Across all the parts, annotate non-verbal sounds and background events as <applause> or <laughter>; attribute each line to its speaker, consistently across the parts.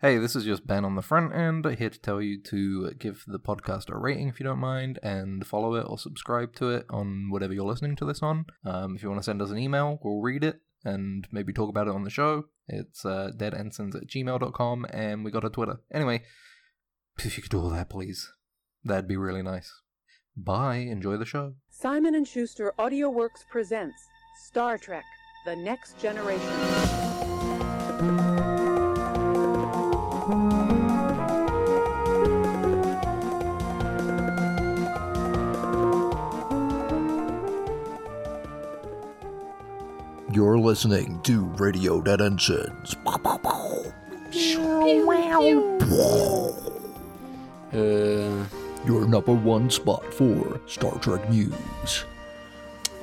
Speaker 1: Hey, this is just Ben on the front end, here to tell you to give the podcast a rating if you don't mind, and follow it or subscribe to it on whatever you're listening to this on. Um, if you want to send us an email, we'll read it and maybe talk about it on the show. It's uh, deadensigns at gmail.com, and we got a Twitter. Anyway, if you could do all that, please, that'd be really nice. Bye, enjoy the show.
Speaker 2: Simon and Schuster AudioWorks presents Star Trek: The Next Generation.
Speaker 3: You're listening to Radio Dead Ensigns.
Speaker 4: Uh,
Speaker 3: Your number one spot for Star Trek news.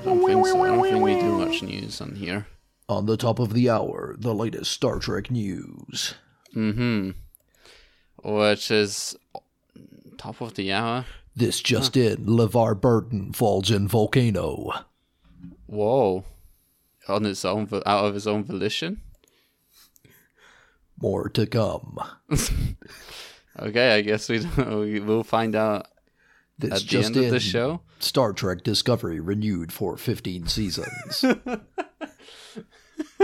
Speaker 4: I don't think so. I don't think we do much news on here.
Speaker 3: On the top of the hour, the latest Star Trek news.
Speaker 4: Mm-hmm. Which is top of the hour.
Speaker 3: This just in, LeVar Burton falls in volcano.
Speaker 4: Whoa. On its own, vo- out of his own volition.
Speaker 3: More to come.
Speaker 4: Okay, I guess we <laughs> don't- we will find out
Speaker 3: This
Speaker 4: at the
Speaker 3: just
Speaker 4: end
Speaker 3: in,
Speaker 4: of the show.
Speaker 3: Star Trek Discovery renewed for 15
Speaker 4: <laughs>
Speaker 3: seasons.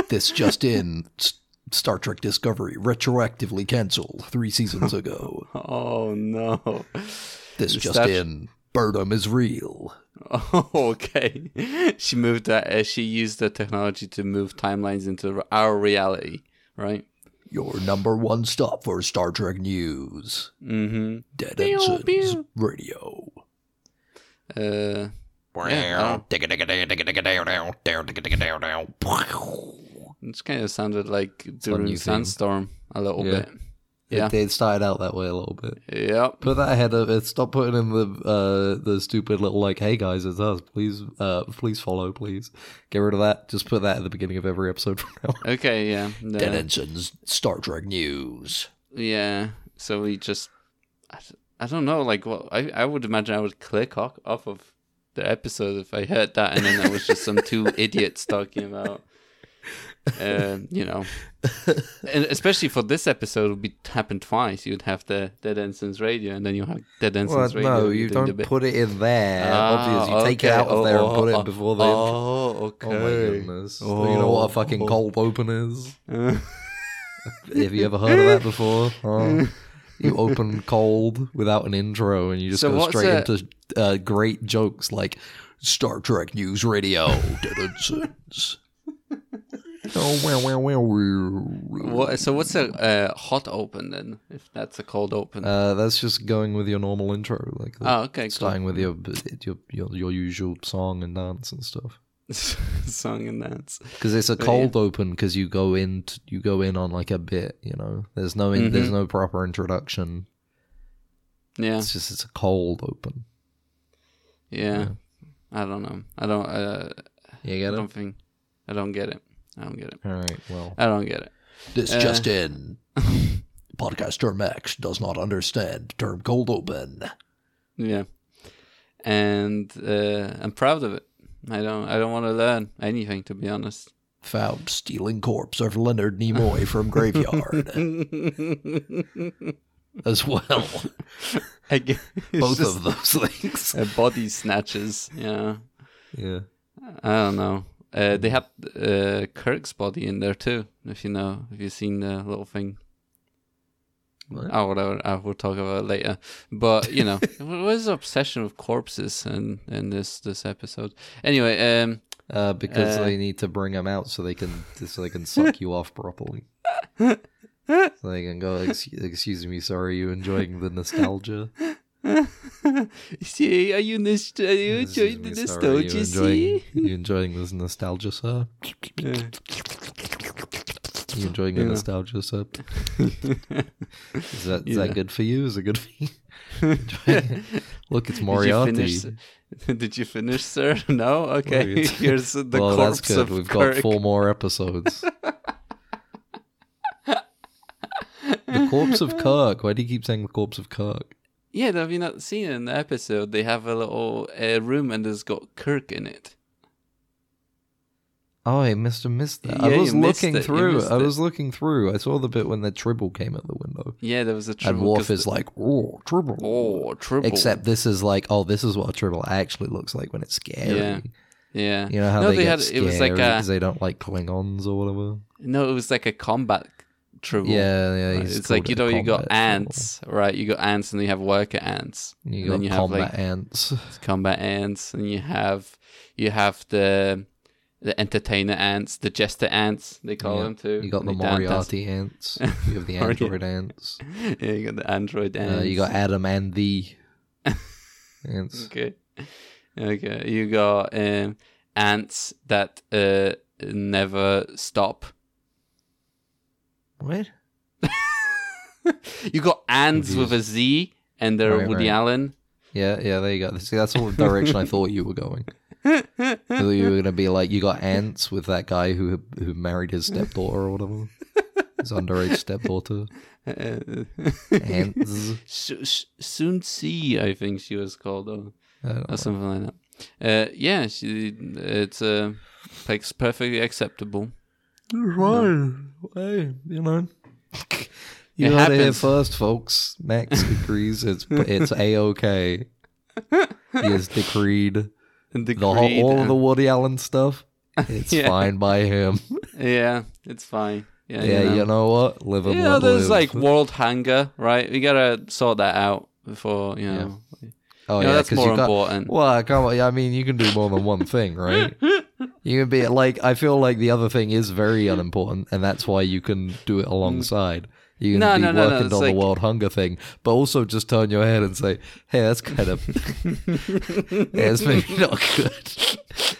Speaker 3: this just in, S- Star Trek Discovery retroactively cancelled three seasons ago.
Speaker 4: Oh no.
Speaker 3: This
Speaker 4: Is
Speaker 3: just
Speaker 4: that-
Speaker 3: in, Burnham is real.
Speaker 4: <laughs> Oh, okay. She moved that. Uh, she used the technology to move timelines into our reality, right?
Speaker 3: Your number one stop for Star Trek news.
Speaker 4: Mm-hmm.
Speaker 3: Dead
Speaker 4: Pew,
Speaker 3: Ensigns
Speaker 4: pew.
Speaker 3: Radio.
Speaker 4: Uh, Yeah, it's kind of sounded like
Speaker 1: our new
Speaker 4: during
Speaker 1: theme.
Speaker 4: sandstorm a little
Speaker 1: Yeah.
Speaker 4: bit. Yeah.
Speaker 1: They started out that way a little bit.
Speaker 4: Yep.
Speaker 1: Put that ahead of it. Stop putting in the uh, the stupid little like, "Hey guys, it's us." Please, uh, please follow. Please get rid of that. Just put that at the beginning of every episode from now. on. <laughs>
Speaker 4: Okay. Yeah. the-
Speaker 3: Dead Ensigns Star Trek news.
Speaker 4: yeah. So we just, I, d- I don't know. Like, what I I would imagine I would click off, off of the episode if I heard that, and then that was just some
Speaker 1: <laughs>
Speaker 4: two idiots talking about, uh, you know, and especially for this episode, it would be happened twice. You'd have the Dead Ensigns Radio, and then you have Dead Ensigns Radio.
Speaker 1: no, you
Speaker 4: doing the
Speaker 1: don't
Speaker 4: bit-
Speaker 1: put it in there.
Speaker 4: Ah,
Speaker 1: Obviously, you take it
Speaker 4: okay.
Speaker 1: out of
Speaker 4: Oh,
Speaker 1: there
Speaker 4: oh,
Speaker 1: and put it
Speaker 4: oh,
Speaker 1: before the. intro.
Speaker 4: Oh, okay. Oh.
Speaker 1: Oh my goodness! you know what a fucking cold open is.
Speaker 4: <laughs> Uh,
Speaker 1: Have you ever heard of that
Speaker 4: <laughs>
Speaker 1: before? Oh. You open cold without an intro, and you just
Speaker 4: So
Speaker 1: go
Speaker 4: what's
Speaker 1: straight
Speaker 4: a-
Speaker 1: into uh, great jokes like
Speaker 3: Star Trek News
Speaker 4: <laughs>
Speaker 3: Radio. Dead Ensigns. Oh, wow, wow, wow, wow.
Speaker 4: what, so what's a uh, hot open then? If that's a cold open.
Speaker 1: Uh, that's just going with your normal intro, like
Speaker 4: oh, okay. Cool.
Speaker 1: starting with your, your your your usual song and dance and stuff.
Speaker 4: <laughs> Song and dance.
Speaker 1: Because it's a
Speaker 4: But yeah.
Speaker 1: cold open, because you go in t- you go in on like a bit, you know. There's no in, there's
Speaker 4: Mhm.
Speaker 1: no proper introduction.
Speaker 4: Yeah,
Speaker 1: It's just it's a cold open.
Speaker 4: yeah.
Speaker 1: yeah.
Speaker 4: I don't know. I don't. Uh,
Speaker 1: You
Speaker 4: I
Speaker 1: get it?
Speaker 4: don't think. I don't get it. I don't get it.
Speaker 1: All right. Well,
Speaker 4: I don't get it.
Speaker 3: This
Speaker 4: Uh.
Speaker 3: just in. Podcaster Max does not understand term cold open.
Speaker 4: Yeah, and uh, I'm proud of it. I don't. I don't want to learn anything to be honest. <laughs>
Speaker 3: Found stealing corpse of Leonard Nimoy from
Speaker 4: <laughs>
Speaker 3: graveyard as well.
Speaker 4: I get, it's
Speaker 3: Both
Speaker 4: just
Speaker 3: of those things.
Speaker 4: uh, body snatches. Yeah,
Speaker 1: yeah.
Speaker 4: I don't know. Uh, they had uh, Kirk's body in there too. If you know, if you've seen the little thing
Speaker 1: What?
Speaker 4: Oh, whatever. I will talk about it later. But
Speaker 1: <laughs>
Speaker 4: you know, what is the obsession with corpses and in this this episode? Anyway, um,
Speaker 1: Uh, because
Speaker 4: Uh.
Speaker 1: they need to bring them out so they can so they can suck you off
Speaker 4: <laughs>
Speaker 1: properly. So they can go. "Ex- Excuse me, sorry. You enjoying the nostalgia?
Speaker 4: um, <laughs> see, are you nist- are <laughs> you
Speaker 1: Excuse
Speaker 4: enjoying the
Speaker 1: me, sorry, you
Speaker 4: nostalgia?
Speaker 1: enjoying-
Speaker 4: See,
Speaker 1: You enjoying this nostalgia, sir?
Speaker 4: Yeah. <laughs>
Speaker 1: You enjoying the
Speaker 4: Yeah.
Speaker 1: nostalgia, sir? <laughs> Is that is
Speaker 4: Yeah.
Speaker 1: that good for you? Is it good for you? <laughs> Enjoying it? Look, it's
Speaker 4: Did you
Speaker 1: Moriarty.
Speaker 4: finish? <laughs> Did you finish, sir? <laughs> No. Okay. <laughs>
Speaker 1: Moriarty.
Speaker 4: Here's the
Speaker 1: well,
Speaker 4: corpse
Speaker 1: that's good.
Speaker 4: of
Speaker 1: We've
Speaker 4: Kirk.
Speaker 1: got four more
Speaker 4: <laughs>
Speaker 1: episodes. the corpse of Kirk. Why do you keep saying the corpse of Kirk?
Speaker 4: Yeah, have you not seen in the episode? They have a little uh, room and it's got Kirk in it.
Speaker 1: Oh, I must have missed that.
Speaker 4: Yeah,
Speaker 1: I
Speaker 4: you
Speaker 1: was
Speaker 4: missed
Speaker 1: looking
Speaker 4: it, you
Speaker 1: through.
Speaker 4: missed
Speaker 1: I
Speaker 4: it.
Speaker 1: was looking through. I saw the bit when the tribble came out the window.
Speaker 4: Yeah, there was a
Speaker 1: and
Speaker 4: triple.
Speaker 1: Worf is like, oh, tribble.
Speaker 4: oh, triple.
Speaker 1: Except this is like, oh, this is what a tribble actually looks like when it's scary.
Speaker 4: Yeah. yeah,
Speaker 1: You know how
Speaker 4: No,
Speaker 1: they,
Speaker 4: they
Speaker 1: get
Speaker 4: had-
Speaker 1: scary
Speaker 4: it was like uh, a-
Speaker 1: because they don't like Klingons or whatever.
Speaker 4: no, it was like a combat triple.
Speaker 1: Yeah, yeah.
Speaker 4: Right,
Speaker 1: he's
Speaker 4: Uh, It's
Speaker 1: called it
Speaker 4: like you
Speaker 1: a
Speaker 4: know you got
Speaker 1: combat
Speaker 4: ants, right? You got ants, and you have worker ants.
Speaker 1: tribble. You
Speaker 4: and
Speaker 1: got
Speaker 4: then you have,
Speaker 1: combat
Speaker 4: like-
Speaker 1: ants.
Speaker 4: It's combat ants, and you have you have the the entertainer ants, the jester ants. They call
Speaker 1: Yeah.
Speaker 4: them too.
Speaker 1: You got the
Speaker 4: They downtas-
Speaker 1: Moriarty ants. You have
Speaker 4: <laughs>
Speaker 1: the
Speaker 4: Moriarty.
Speaker 1: android ants.
Speaker 4: <laughs> yeah, you got the android ants.
Speaker 1: Uh, you got Adam <laughs> and the ants.
Speaker 4: okay, okay. You got um, ants that uh, never stop.
Speaker 1: What?
Speaker 4: you got ants with a Z, and they're
Speaker 1: Right,
Speaker 4: Woody
Speaker 1: right.
Speaker 4: Allen.
Speaker 1: Yeah, yeah. There you go. See, that's all the direction I thought you were going. I thought you were gonna be like you got ants with that guy who who married his stepdaughter or whatever. His underage stepdaughter. <laughs> Ants.
Speaker 4: Su- Su- Sun Si, I think she was called, or,
Speaker 1: I don't know.
Speaker 4: or something like that. Uh, yeah, she, it's uh, like it's perfectly acceptable.
Speaker 1: Fine. Hey, you know. You
Speaker 4: It
Speaker 1: heard it here
Speaker 4: happens.
Speaker 1: first, folks. Max agrees it's it's a okay. He has decreed
Speaker 4: And the,
Speaker 1: the whole,
Speaker 4: greed
Speaker 1: all of
Speaker 4: and-
Speaker 1: the Woody Allen stuff. It's
Speaker 4: <laughs> Yeah.
Speaker 1: fine by
Speaker 4: <laughs>
Speaker 1: him.
Speaker 4: yeah, it's fine. Yeah,
Speaker 1: Yeah, you know what? Live and
Speaker 4: yeah.
Speaker 1: let
Speaker 4: There's
Speaker 1: live.
Speaker 4: like world hunger, right? We gotta sort that out before you
Speaker 1: Yeah.
Speaker 4: know.
Speaker 1: oh
Speaker 4: you know, that's
Speaker 1: 'cause
Speaker 4: more
Speaker 1: you can't-
Speaker 4: important.
Speaker 1: Well, come on. I mean, you can do more than one thing,
Speaker 4: <laughs>
Speaker 1: right? You can be like, I feel like the other thing is very unimportant, and that's why you can do it alongside. You can
Speaker 4: Mm. No,
Speaker 1: be
Speaker 4: no, no, no,
Speaker 1: working
Speaker 4: it's
Speaker 1: on
Speaker 4: like-
Speaker 1: the world hunger thing, but also just turn your head and say, "Hey, that's kind of, yeah, it's maybe not good."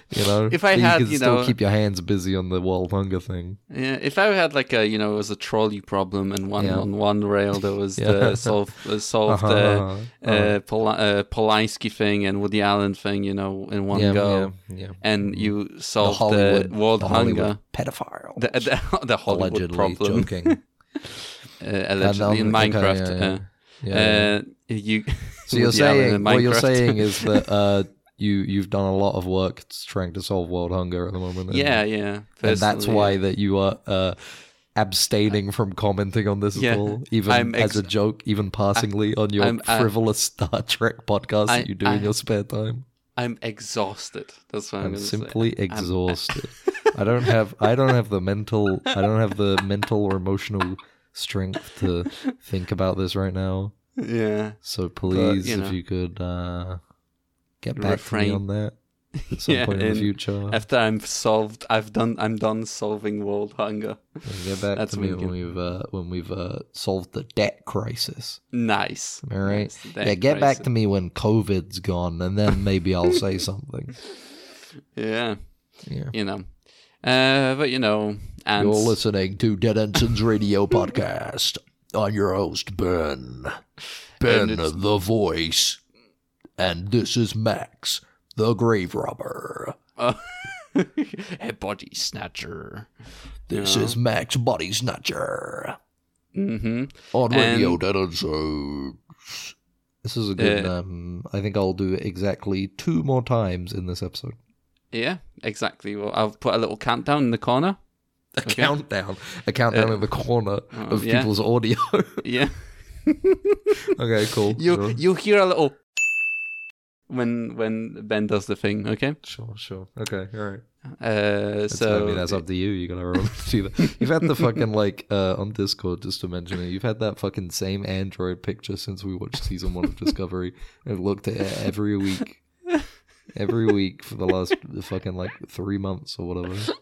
Speaker 1: You know,
Speaker 4: If I
Speaker 1: But
Speaker 4: had,
Speaker 1: you can
Speaker 4: you
Speaker 1: still
Speaker 4: know-
Speaker 1: keep your hands busy on the world hunger thing.
Speaker 4: Yeah, if I had like a you know it was a trolley problem and one
Speaker 1: Yeah.
Speaker 4: on one rail there was
Speaker 1: <laughs> Yeah.
Speaker 4: the solve uh, solve
Speaker 1: Uh-huh,
Speaker 4: the
Speaker 1: uh-huh,
Speaker 4: uh, Pol- uh, Polanski thing and Woody Allen thing you know in one
Speaker 1: yeah,
Speaker 4: go
Speaker 1: yeah, yeah.
Speaker 4: and you
Speaker 1: The
Speaker 4: solve the,
Speaker 1: Hollywood
Speaker 4: world
Speaker 1: the Hollywood <laughs>
Speaker 4: hunger <laughs>
Speaker 1: pedophile,
Speaker 4: the, the, the Hollywood
Speaker 1: allegedly
Speaker 4: problem
Speaker 1: joking,
Speaker 4: <laughs> uh,
Speaker 1: And
Speaker 4: allegedly
Speaker 1: on-
Speaker 4: in
Speaker 1: okay,
Speaker 4: Minecraft.
Speaker 1: yeah, yeah.
Speaker 4: uh,
Speaker 1: Yeah, yeah.
Speaker 4: Uh, you <laughs>
Speaker 1: So you're
Speaker 4: Woody Allen in
Speaker 1: saying what you're
Speaker 4: Minecraft.
Speaker 1: saying is that uh, you you've done a lot of work trying to solve world hunger at the moment. and-
Speaker 4: <laughs> yeah yeah
Speaker 1: and that's
Speaker 4: personally,
Speaker 1: why that you are uh, abstaining from commenting on this
Speaker 4: Yeah.
Speaker 1: at all, even
Speaker 4: I'm
Speaker 1: as
Speaker 4: ex-
Speaker 1: a joke, even passingly on your
Speaker 4: I'm- I-
Speaker 1: frivolous Star Trek podcast
Speaker 4: I-
Speaker 1: that you do in
Speaker 4: I-
Speaker 1: your spare time.
Speaker 4: I'm exhausted. That's what I'm,
Speaker 1: I'm
Speaker 4: gonna
Speaker 1: simply
Speaker 4: say. I'm- uh, <laughs>
Speaker 1: exhausted. I don't have I don't have the mental I don't have the mental or emotional strength to think about this right now.
Speaker 4: yeah.
Speaker 1: So please,
Speaker 4: you know.
Speaker 1: if you could uh, get back to
Speaker 4: Refrain.
Speaker 1: me on
Speaker 4: <laughs>
Speaker 1: that at some
Speaker 4: Yeah,
Speaker 1: point in the
Speaker 4: and
Speaker 1: future,
Speaker 4: After I'm solved, I've done. I'm done solving world hunger.
Speaker 1: and get back
Speaker 4: that's
Speaker 1: to
Speaker 4: when
Speaker 1: me
Speaker 4: we
Speaker 1: when we've uh, when we've uh, solved the debt crisis.
Speaker 4: Nice.
Speaker 1: All right.
Speaker 4: Nice.
Speaker 1: yeah, get back to me when COVID's gone, and then maybe I'll
Speaker 4: <laughs>
Speaker 1: say something.
Speaker 4: Yeah,
Speaker 1: Yeah.
Speaker 4: you know. Uh, but you know,
Speaker 3: You're
Speaker 4: ants.
Speaker 3: listening to Dead Ensigns Radio
Speaker 4: <laughs>
Speaker 3: Podcast. I'm your host, Ben.
Speaker 4: And
Speaker 3: Ben,
Speaker 4: it's-
Speaker 3: the voice. And this is Max, the grave robber.
Speaker 4: <laughs> a body snatcher.
Speaker 3: This
Speaker 4: Yeah.
Speaker 3: is Max Body Snatcher.
Speaker 4: Mm-hmm.
Speaker 3: On Radio
Speaker 4: And-
Speaker 3: Dead Ensigns.
Speaker 1: This is a good.
Speaker 4: Uh,
Speaker 1: um, I think I'll do it exactly two more times in this episode.
Speaker 4: uh, Yeah, exactly. Well, I'll put a little countdown in the corner.
Speaker 1: A countdown, a countdown in the corner
Speaker 4: oh,
Speaker 1: of
Speaker 4: Uh, yeah.
Speaker 1: people's
Speaker 4: <laughs>
Speaker 1: audio.
Speaker 4: <laughs>
Speaker 1: <laughs>
Speaker 4: Yeah,
Speaker 1: okay, cool.
Speaker 4: you
Speaker 1: sure.
Speaker 4: you hear a little <laughs> when when Ben does the thing. Okay.
Speaker 1: sure, sure. Okay, all right.
Speaker 4: Uh,
Speaker 1: That's-
Speaker 4: so
Speaker 1: I mean, that's up to you. You gotta <laughs> remember to do that. You've had the fucking like uh, on Discord, just to mention it. You've had that fucking same Android picture since we watched season one of Discovery. <laughs> I've looked at it every week, every week for the last fucking like three months or whatever.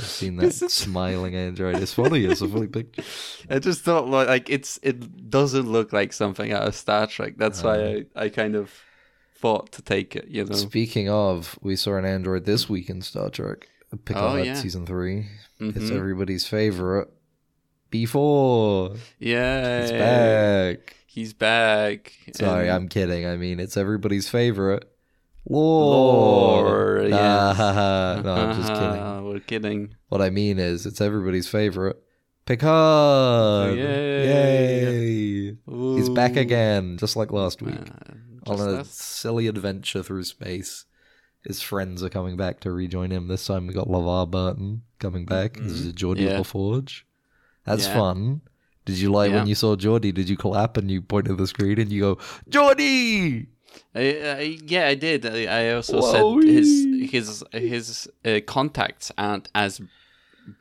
Speaker 1: I've seen that smiling Android. It's funny. It's a funny
Speaker 4: <laughs>
Speaker 1: picture.
Speaker 4: I just thought like, like it's it doesn't look like something out of Star Trek. That's
Speaker 1: Uh-huh.
Speaker 4: why I, I kind of thought to take it. You know.
Speaker 1: Speaking of, we saw an Android this week in Star Trek. Picard
Speaker 4: Oh, yeah.
Speaker 1: season 3 It's
Speaker 4: Mhm.
Speaker 1: everybody's favorite. Before
Speaker 4: Yeah,
Speaker 1: it's back.
Speaker 4: He's back.
Speaker 1: Sorry,
Speaker 4: And-
Speaker 1: I'm kidding. I mean, it's everybody's favorite.
Speaker 4: Lore,
Speaker 1: Lore. Nah, <laughs> no, I'm just kidding.
Speaker 4: Uh-huh, We're kidding.
Speaker 1: What I mean is, it's everybody's favorite. Picard.
Speaker 4: Yay.
Speaker 1: Yay. He's back
Speaker 4: Ooh.
Speaker 1: again, just like last
Speaker 4: Uh,
Speaker 1: week,
Speaker 4: just
Speaker 1: on a
Speaker 4: last-
Speaker 1: silly adventure through space. His friends are coming back to rejoin him. This time we got LeVar Burton coming back. This is Geordie
Speaker 4: Mm-hmm. Yeah.
Speaker 1: LaForge. That's
Speaker 4: Yeah.
Speaker 1: fun. Did you like when
Speaker 4: Yeah.
Speaker 1: you saw Geordie? Did you clap and you point at the screen and you go, Geordie!
Speaker 4: I, I, yeah, I did. I, I also
Speaker 1: Wowie.
Speaker 4: said his his his uh, contacts aren't as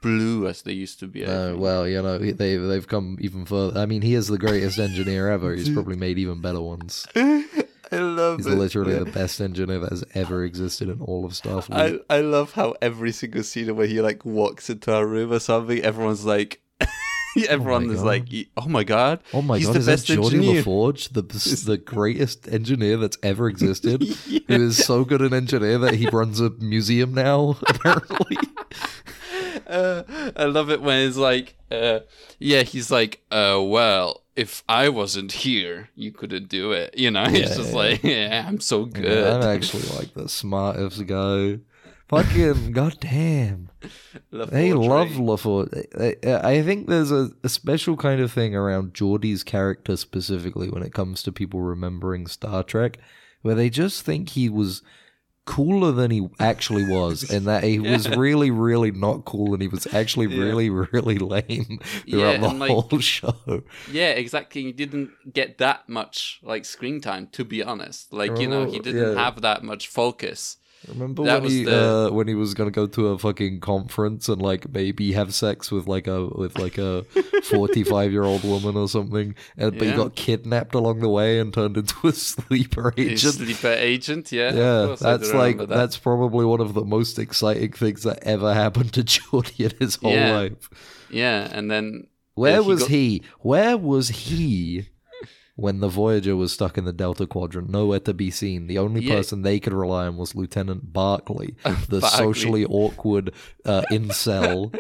Speaker 4: blue as they used to be. I
Speaker 1: No,
Speaker 4: think.
Speaker 1: well, you know, they, they've come even further. I mean, he is the greatest engineer ever.
Speaker 4: <laughs>
Speaker 1: He's probably made even better ones.
Speaker 4: I love
Speaker 1: He's
Speaker 4: it.
Speaker 1: literally the best engineer that has ever existed in all of Starfleet.
Speaker 4: I, I love how every single scene where he like walks into a room or something, everyone's like, <laughs> everyone is
Speaker 1: Oh God.
Speaker 4: like, oh my god,
Speaker 1: oh my
Speaker 4: he's
Speaker 1: god,
Speaker 4: the
Speaker 1: is that
Speaker 4: best
Speaker 1: Geordie
Speaker 4: engineer.
Speaker 1: LaForge, the, the greatest engineer that's ever existed? Who is so good an engineer that he runs a museum
Speaker 4: <laughs>
Speaker 1: now, apparently?
Speaker 4: <laughs> Uh, I love it when it's like, uh, yeah, he's like, uh, well, if I wasn't here, you couldn't do it. You know, <laughs> he's
Speaker 1: Yeah,
Speaker 4: just
Speaker 1: yeah,
Speaker 4: like, yeah, I'm so
Speaker 1: Yeah,
Speaker 4: good.
Speaker 1: I'm actually like the smartest guy. Fucking goddamn.
Speaker 4: <laughs> Love
Speaker 1: They
Speaker 4: Audrey.
Speaker 1: love LaForge. I- I I think there's a, a special kind of thing around Geordie's character specifically when it comes to people remembering Star Trek, where they just think he was cooler than he actually was, and that he
Speaker 4: <laughs>
Speaker 1: was really, really not cool, and he was actually
Speaker 4: Yeah.
Speaker 1: really, really lame
Speaker 4: Yeah,
Speaker 1: throughout the
Speaker 4: and, like-
Speaker 1: <laughs> whole show.
Speaker 4: Yeah, exactly. He didn't get that much like screen time, to be honest. Like, you know, he
Speaker 1: Oh,
Speaker 4: didn't
Speaker 1: yeah.
Speaker 4: have that much focus.
Speaker 1: Remember
Speaker 4: That
Speaker 1: when
Speaker 4: was
Speaker 1: he
Speaker 4: the-
Speaker 1: uh, when he was gonna go to a fucking conference and like maybe have sex with like a with like
Speaker 4: <laughs>
Speaker 1: a forty five year old woman or something, and but he
Speaker 4: Yeah.
Speaker 1: got kidnapped along the way and turned into a <laughs> sleeper
Speaker 4: He's
Speaker 1: agent.
Speaker 4: sleeper agent, yeah.
Speaker 1: <laughs>
Speaker 4: of
Speaker 1: yeah,
Speaker 4: course I do
Speaker 1: that's like
Speaker 4: remember that.
Speaker 1: that's probably one of the most exciting things that ever happened to <laughs> Jordy in his whole
Speaker 4: Yeah.
Speaker 1: life.
Speaker 4: Yeah, and then
Speaker 1: Where
Speaker 4: he
Speaker 1: was
Speaker 4: got-
Speaker 1: he? Where was he when the Voyager was stuck in the Delta Quadrant? Nowhere to be seen. The only
Speaker 4: Yeah.
Speaker 1: person they could rely on was Lieutenant
Speaker 4: <laughs>
Speaker 1: Barclay, the
Speaker 4: Barclay.
Speaker 1: socially awkward uh,
Speaker 4: <laughs>
Speaker 1: incel,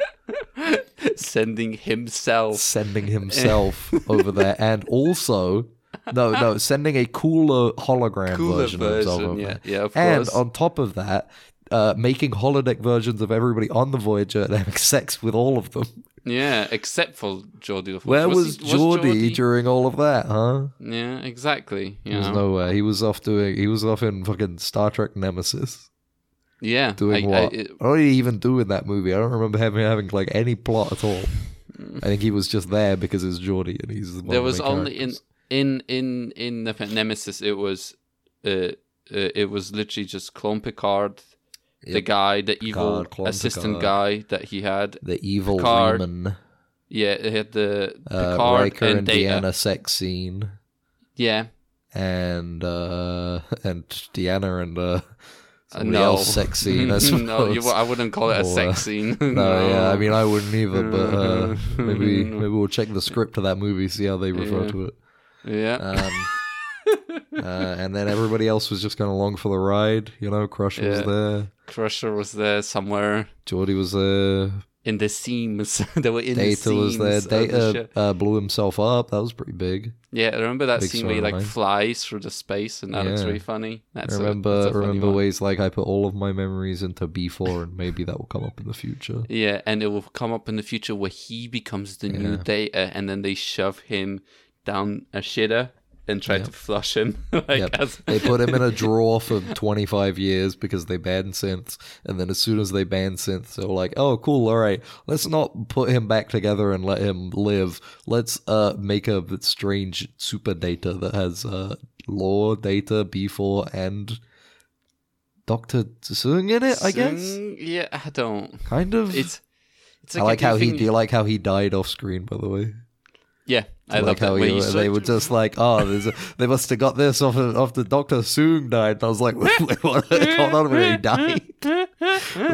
Speaker 4: sending himself.
Speaker 1: sending himself over there, and also. No, no, sending a cooler hologram
Speaker 4: Cooler
Speaker 1: version, of himself
Speaker 4: version,
Speaker 1: over
Speaker 4: yeah,
Speaker 1: there.
Speaker 4: yeah, of
Speaker 1: and
Speaker 4: course.
Speaker 1: on top of that, uh, making holodeck versions of everybody on the Voyager and having sex with all of them.
Speaker 4: Yeah, except for Geordie.
Speaker 1: Where was, Geordie during all of that, huh?
Speaker 4: Yeah, exactly. You
Speaker 1: He was
Speaker 4: know.
Speaker 1: nowhere. He was off doing. He was off in fucking Star Trek Nemesis.
Speaker 4: yeah,
Speaker 1: Doing
Speaker 4: I- I-
Speaker 1: what? I,
Speaker 4: it-
Speaker 1: what did he even do in that movie? I don't remember having having like any plot at
Speaker 4: <laughs>
Speaker 1: all. I think he was just there because it's Geordie and he's the one
Speaker 4: there
Speaker 1: of the
Speaker 4: was
Speaker 1: main
Speaker 4: only in
Speaker 1: characters.
Speaker 4: in in in the Nemesis. It was, uh, uh it was literally just Clone Picard, the
Speaker 1: Yep.
Speaker 4: guy, the evil
Speaker 1: Picard, Clone
Speaker 4: assistant
Speaker 1: Picard.
Speaker 4: guy that he had.
Speaker 1: the evil
Speaker 4: Picard,
Speaker 1: Raymond,
Speaker 4: Yeah, he had the
Speaker 1: uh,
Speaker 4: Picard
Speaker 1: Riker
Speaker 4: and,
Speaker 1: and,
Speaker 4: Data.
Speaker 1: Deanna sex scene,
Speaker 4: Yeah,
Speaker 1: and uh, and Deanna and uh,
Speaker 4: Uh,
Speaker 1: somebody
Speaker 4: no.
Speaker 1: else sex
Speaker 4: <laughs>
Speaker 1: scene. I suppose.
Speaker 4: no, you, I wouldn't call it a
Speaker 1: Or, uh,
Speaker 4: sex scene. <laughs>
Speaker 1: No, yeah, I mean, I wouldn't either, but uh, maybe
Speaker 4: No.
Speaker 1: maybe we'll check the script of that movie, see how they refer
Speaker 4: Yeah.
Speaker 1: to it.
Speaker 4: yeah. <laughs>
Speaker 1: Um, uh, and then everybody else was just going along for the ride. You know, Crusher was
Speaker 4: Yeah.
Speaker 1: there,
Speaker 4: Crusher was there somewhere
Speaker 1: Geordie was there,
Speaker 4: in the seams. <laughs> they were in the
Speaker 1: Data was
Speaker 4: seams.
Speaker 1: there.
Speaker 4: of the
Speaker 1: Data
Speaker 4: ship.
Speaker 1: uh, blew himself up. That was pretty big.
Speaker 4: yeah, I remember that
Speaker 1: Big
Speaker 4: scene where he like
Speaker 1: storyline.
Speaker 4: flies through the space, and that looks
Speaker 1: Yeah.
Speaker 4: really funny. That's
Speaker 1: I
Speaker 4: a-
Speaker 1: remember
Speaker 4: that's a funny
Speaker 1: remember
Speaker 4: one.
Speaker 1: ways like I put all of my memories into B4, and maybe that will come up in the future.
Speaker 4: Yeah, and it will come up in the future where he becomes the new
Speaker 1: Yeah.
Speaker 4: Data, and then they shove him down a shitter and try to flush him. <laughs> like
Speaker 1: Yep.
Speaker 4: as,
Speaker 1: they put him in a drawer for 25 years because they banned synths. And then as soon as they banned synths, they were like, oh, cool, all right, let's not put him back together and let him live. Let's uh, make a strange super data that has uh, lore, data, B4, and Dr. Sung in it, I guess?
Speaker 4: Soon- Yeah, I don't.
Speaker 1: Kind of.
Speaker 4: It's. It's
Speaker 1: I
Speaker 4: like, a
Speaker 1: like how he.
Speaker 4: different-
Speaker 1: Do you like how he died off screen? By the way,
Speaker 4: Yeah, I
Speaker 1: like
Speaker 4: love
Speaker 1: how
Speaker 4: that. Where
Speaker 1: he-
Speaker 4: you
Speaker 1: they
Speaker 4: sort
Speaker 1: were
Speaker 4: of-
Speaker 1: just like, oh, there's a, they must have got this off of, off the Doctor Soong died. And I was like, <laughs> wait, wait, what? Hold on, when he died, <laughs> when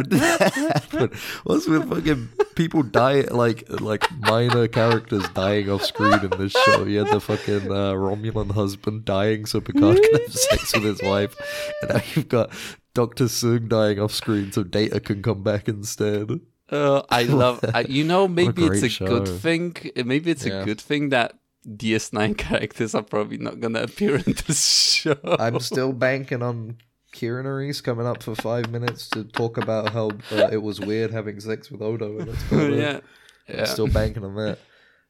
Speaker 1: did that happen? What's with fucking people die like like minor characters dying off screen in this show? You had the fucking uh, Romulan husband dying so Picard could have sex with his wife, and now you've got Doctor Soong dying off screen so Data can come back instead.
Speaker 4: <laughs> Uh,
Speaker 1: <laughs>
Speaker 4: I love. I, you know, maybe it's
Speaker 1: great
Speaker 4: a good
Speaker 1: show.
Speaker 4: thing. eh, Maybe it's
Speaker 1: Yeah.
Speaker 4: a good thing that DS9 <laughs> characters are probably not gonna appear in this <laughs> show.
Speaker 1: <laughs> I'm still banking on Kieran Reese coming up for five minutes to talk about how uh, it was weird having sex with Odo. And
Speaker 4: <laughs>
Speaker 1: it's called
Speaker 4: yeah,
Speaker 1: I'm
Speaker 4: yeah. <laughs>
Speaker 1: still banking on that.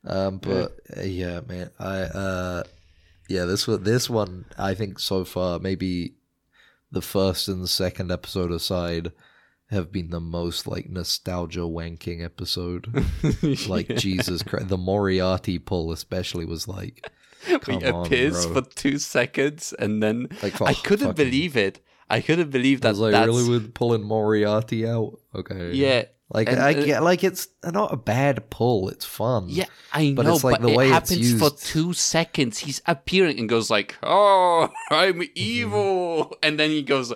Speaker 1: Um, but uh, yeah, man, I uh, yeah, this one, this one, I think so far maybe the first and the second episode aside, have been the most like nostalgia wanking episode.
Speaker 4: <laughs>
Speaker 1: Like
Speaker 4: Yeah.
Speaker 1: Jesus Christ, the Moriarty pull especially was like come
Speaker 4: we
Speaker 1: on,
Speaker 4: appears
Speaker 1: bro.
Speaker 4: for two seconds and then
Speaker 1: like
Speaker 4: I
Speaker 1: oh,
Speaker 4: couldn't
Speaker 1: fucking-
Speaker 4: believe it. I couldn't believe
Speaker 1: I
Speaker 4: that.
Speaker 1: was like
Speaker 4: that's,
Speaker 1: really with pulling Moriarty out. Okay,
Speaker 4: yeah,
Speaker 1: like
Speaker 4: and,
Speaker 1: I
Speaker 4: uh,
Speaker 1: get like it's not a bad pull. It's fun.
Speaker 4: yeah, I know,
Speaker 1: But
Speaker 4: but,
Speaker 1: it's like the way
Speaker 4: it
Speaker 1: it's
Speaker 4: happens for
Speaker 1: used.
Speaker 4: two seconds. He's appearing and goes like, "Oh, <laughs> I'm
Speaker 1: Mm-hmm.
Speaker 4: evil," and then he goes,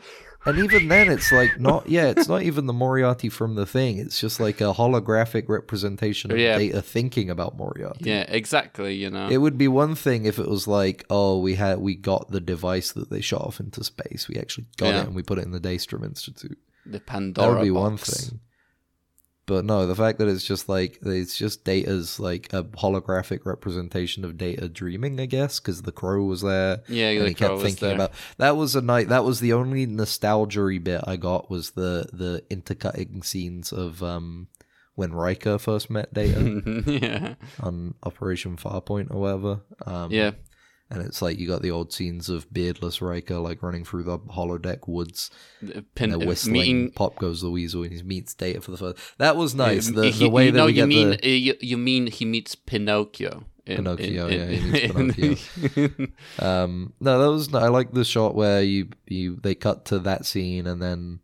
Speaker 1: And even then, it's like not yeah, it's not even the Moriarty from the thing. It's just like a holographic representation of
Speaker 4: Yeah.
Speaker 1: data thinking about Moriarty.
Speaker 4: "Yeah, exactly," you know.
Speaker 1: It would be one thing if it was like, oh, we had we got the device that they shot off into space. We actually got
Speaker 4: Yeah.
Speaker 1: it and we put it in the Daystrom Institute.
Speaker 4: the
Speaker 1: That
Speaker 4: Pandora.
Speaker 1: would be one
Speaker 4: box.
Speaker 1: thing. But no, the fact that it's just like it's just data's like a holographic representation of data dreaming, I guess, because the crow was there
Speaker 4: Yeah,
Speaker 1: and
Speaker 4: the
Speaker 1: he
Speaker 4: crow
Speaker 1: kept
Speaker 4: was
Speaker 1: thinking
Speaker 4: there. <laughs>
Speaker 1: about that was a night that was the only nostalgia bit I got was the the intercutting scenes of um when Riker first met
Speaker 4: <laughs>
Speaker 1: Data
Speaker 4: yeah,
Speaker 1: on Operation Farpoint or whatever. Um,
Speaker 4: yeah,
Speaker 1: and it's like you got the old scenes of beardless Riker like running through the holodeck woods
Speaker 4: The
Speaker 1: and they're
Speaker 4: pin- uh,
Speaker 1: whistling.
Speaker 4: meeting.
Speaker 1: Pop goes the weasel and he meets Data for the first. That was nice.
Speaker 4: you-
Speaker 1: The, the
Speaker 4: you-
Speaker 1: way
Speaker 4: uh, you
Speaker 1: that
Speaker 4: know
Speaker 1: we
Speaker 4: you
Speaker 1: get
Speaker 4: mean
Speaker 1: the
Speaker 4: uh, you, you mean he meets Pinocchio. in-
Speaker 1: Pinocchio,
Speaker 4: in-
Speaker 1: yeah,
Speaker 4: in- <laughs>
Speaker 1: he meets
Speaker 4: in-
Speaker 1: Um, no, that was I like the shot where you you they cut to that scene and then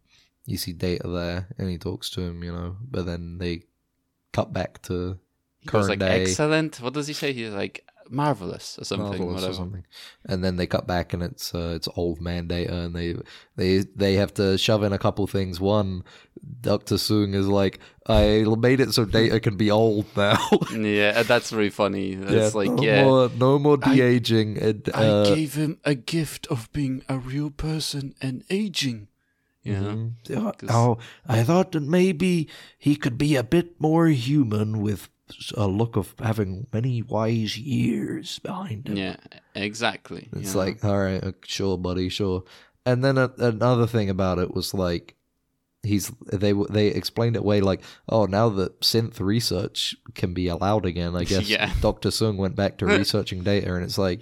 Speaker 1: you see Data there and he talks to him, you know. But then they cut back to
Speaker 4: He goes
Speaker 1: Current
Speaker 4: like
Speaker 1: day.
Speaker 4: excellent. What does he say? He's like marvelous or something.
Speaker 1: Marvelous or
Speaker 4: whatever.
Speaker 1: something, and then they cut back and it's uh, it's old man Data and they they they have to shove in a couple things. One, Doctor Soong is like, I made it so Data can be old now. <laughs>
Speaker 4: Yeah, and that's very funny. It's like
Speaker 1: no
Speaker 4: yeah.
Speaker 1: more, no more
Speaker 4: I-
Speaker 1: de aging. And uh,
Speaker 4: I gave him a gift of being a real person and aging. Yeah.
Speaker 1: mhm. Yeah,
Speaker 4: 'Cause-
Speaker 1: oh, I thought that maybe he could be a bit more human with a look of having many wise years behind him.
Speaker 4: Yeah, exactly.
Speaker 1: It's
Speaker 4: yeah.
Speaker 1: like, all right, uh, sure, buddy, sure. And then a, another thing about it was like, he's they w- they explained it way like, oh, now that synth research can be allowed again,
Speaker 4: <laughs>
Speaker 1: I guess
Speaker 4: Yeah.
Speaker 1: Doctor Sung went back
Speaker 4: <laughs>
Speaker 1: to researching data, and it's like,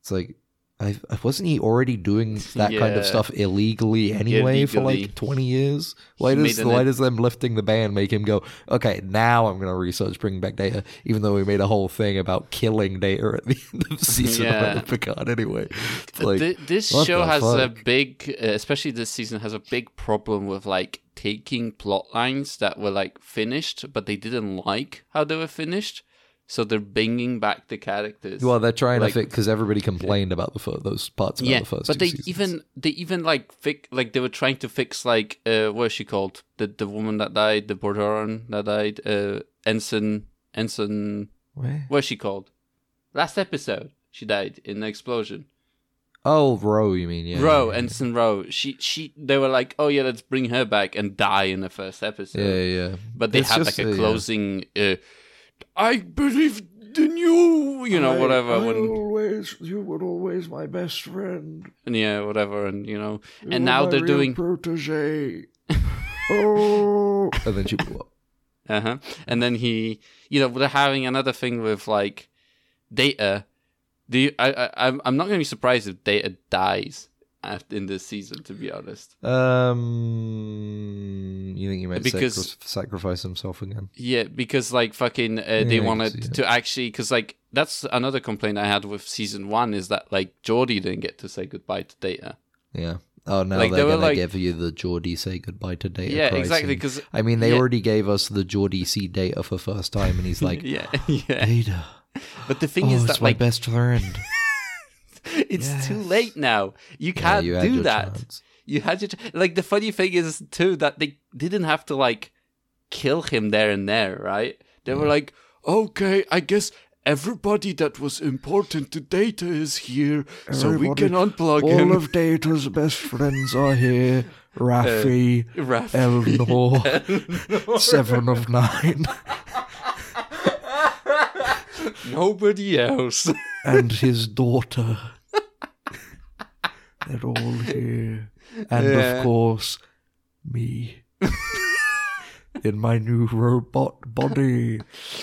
Speaker 1: it's like. I, wasn't he already
Speaker 4: <laughs>
Speaker 1: doing that kind
Speaker 4: Yeah.
Speaker 1: of stuff illegally anyway for
Speaker 4: Illegally.
Speaker 1: like 20 years? Why
Speaker 4: He
Speaker 1: does
Speaker 4: made an- e
Speaker 1: why does them lifting the ban make him go, okay, now I'm going to research bringing back data, even though we made a whole thing about killing data at the <laughs> end of season
Speaker 4: Yeah.
Speaker 1: of Picard anyway. It's
Speaker 4: Th-
Speaker 1: like,
Speaker 4: th- this
Speaker 1: what
Speaker 4: show
Speaker 1: the
Speaker 4: has a
Speaker 1: fuck?
Speaker 4: big, uh, especially this season, has a big problem with like taking plot lines that were like finished, but they didn't like how they were finished, so they're bringing back the characters.
Speaker 1: well, they're trying
Speaker 4: like-
Speaker 1: to fix because everybody complained about the fir- those parts about
Speaker 4: yeah,
Speaker 1: the first
Speaker 4: but
Speaker 1: two
Speaker 4: they
Speaker 1: seasons.
Speaker 4: even they even like fix like they were trying to fix like uh what is she called the the woman that died the Bordoran that died uh ensign ensign
Speaker 1: Where?
Speaker 4: what is she called last episode she died in the explosion
Speaker 1: oh, Roe, you mean? Yeah,
Speaker 4: Row,
Speaker 1: yeah,
Speaker 4: Ensign Row. She she they were like, oh yeah, let's bring her back and die in the first episode.
Speaker 1: yeah, yeah. yeah.
Speaker 4: But they
Speaker 1: It's
Speaker 4: had
Speaker 1: just,
Speaker 4: like
Speaker 1: uh,
Speaker 4: a
Speaker 1: yeah.
Speaker 4: closing. Uh, I believe in you, you know, whatever. when,
Speaker 1: always, you were always my best friend.
Speaker 4: and yeah, whatever, and you know, and now they're doing, <laughs>
Speaker 1: protege. oh, and then she blew up.
Speaker 4: uh huh. And then he, you know, they're having another thing with like Data. Do you, I, I I'm I'm not gonna be surprised if Data dies af- in this season. To be honest,
Speaker 1: Um, you think he might
Speaker 4: Because-
Speaker 1: sacri- sacrifice himself again?
Speaker 4: Yeah, because like fucking, uh,
Speaker 1: Yeah, I
Speaker 4: they
Speaker 1: can
Speaker 4: wanted
Speaker 1: see that.
Speaker 4: to actually because like that's another complaint I had with season one is that like Geordie didn't get to say goodbye to Data.
Speaker 1: Yeah. Oh, now
Speaker 4: Like, they
Speaker 1: they're
Speaker 4: were
Speaker 1: gonna
Speaker 4: like-
Speaker 1: give you the Geordie say goodbye to data.
Speaker 4: yeah,
Speaker 1: cry
Speaker 4: exactly.
Speaker 1: scene.
Speaker 4: Because
Speaker 1: I mean, they
Speaker 4: yeah.
Speaker 1: already gave us the Geordie see data for first time, and he's
Speaker 4: <laughs>
Speaker 1: like, <gasps>
Speaker 4: yeah, yeah.
Speaker 1: data.
Speaker 4: But the thing
Speaker 1: Oh,
Speaker 4: is
Speaker 1: it's
Speaker 4: that
Speaker 1: my
Speaker 4: like
Speaker 1: best friend.
Speaker 4: <laughs> it's too
Speaker 1: Yes.
Speaker 4: late now. You
Speaker 1: Yeah,
Speaker 4: can't
Speaker 1: you had
Speaker 4: do
Speaker 1: your
Speaker 4: that.
Speaker 1: chance.
Speaker 4: You had your ch- like the funny thing is too that they didn't have to like kill him there and there, right? They were like, okay, I guess. Everybody that was important to Data is here, so we
Speaker 1: Everybody-
Speaker 4: can unplug him. <laughs>
Speaker 1: All of data's best friends are here.
Speaker 4: Uh,
Speaker 1: Rafi,
Speaker 4: Raph. <laughs>
Speaker 1: Elnor, Seven of Nine,
Speaker 4: <laughs> Nobody else. <laughs>
Speaker 1: and his daughter. They're all here. And
Speaker 4: Yeah.
Speaker 1: of course, me. In my new robot body,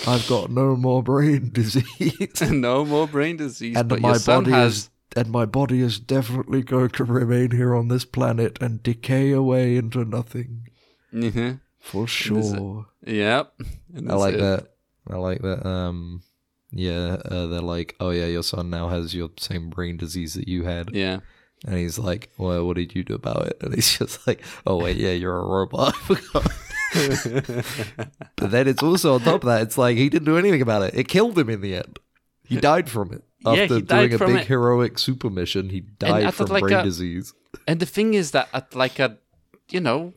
Speaker 1: I've got no more brain disease.
Speaker 4: no more brain disease,
Speaker 1: and
Speaker 4: but
Speaker 1: my
Speaker 4: your son
Speaker 1: body
Speaker 4: has.
Speaker 1: is and my body is definitely going to remain here on this planet and decay away into nothing
Speaker 4: <laughs> Mm-hmm.
Speaker 1: for
Speaker 4: is it-
Speaker 1: sure.
Speaker 4: Yep. And
Speaker 1: I
Speaker 4: that's
Speaker 1: like
Speaker 4: it.
Speaker 1: that. I like that. Um, yeah, uh, they're like, oh yeah, your son now has your same brain disease that you had,
Speaker 4: Yeah.
Speaker 1: and he's like, well, what did you do about it? And he's <laughs> just like, oh wait, yeah, you're a robot. <laughs> I forgot. but then it's also on top of that, it's like he didn't do anything about it. It killed him in the end. He died from it
Speaker 4: Yeah, he
Speaker 1: after
Speaker 4: died
Speaker 1: doing a
Speaker 4: from
Speaker 1: big
Speaker 4: it.
Speaker 1: heroic super mission. He died
Speaker 4: at the,
Speaker 1: from
Speaker 4: like, uh,
Speaker 1: brain
Speaker 4: a-
Speaker 1: disease.
Speaker 4: And the thing is that at like a, you know,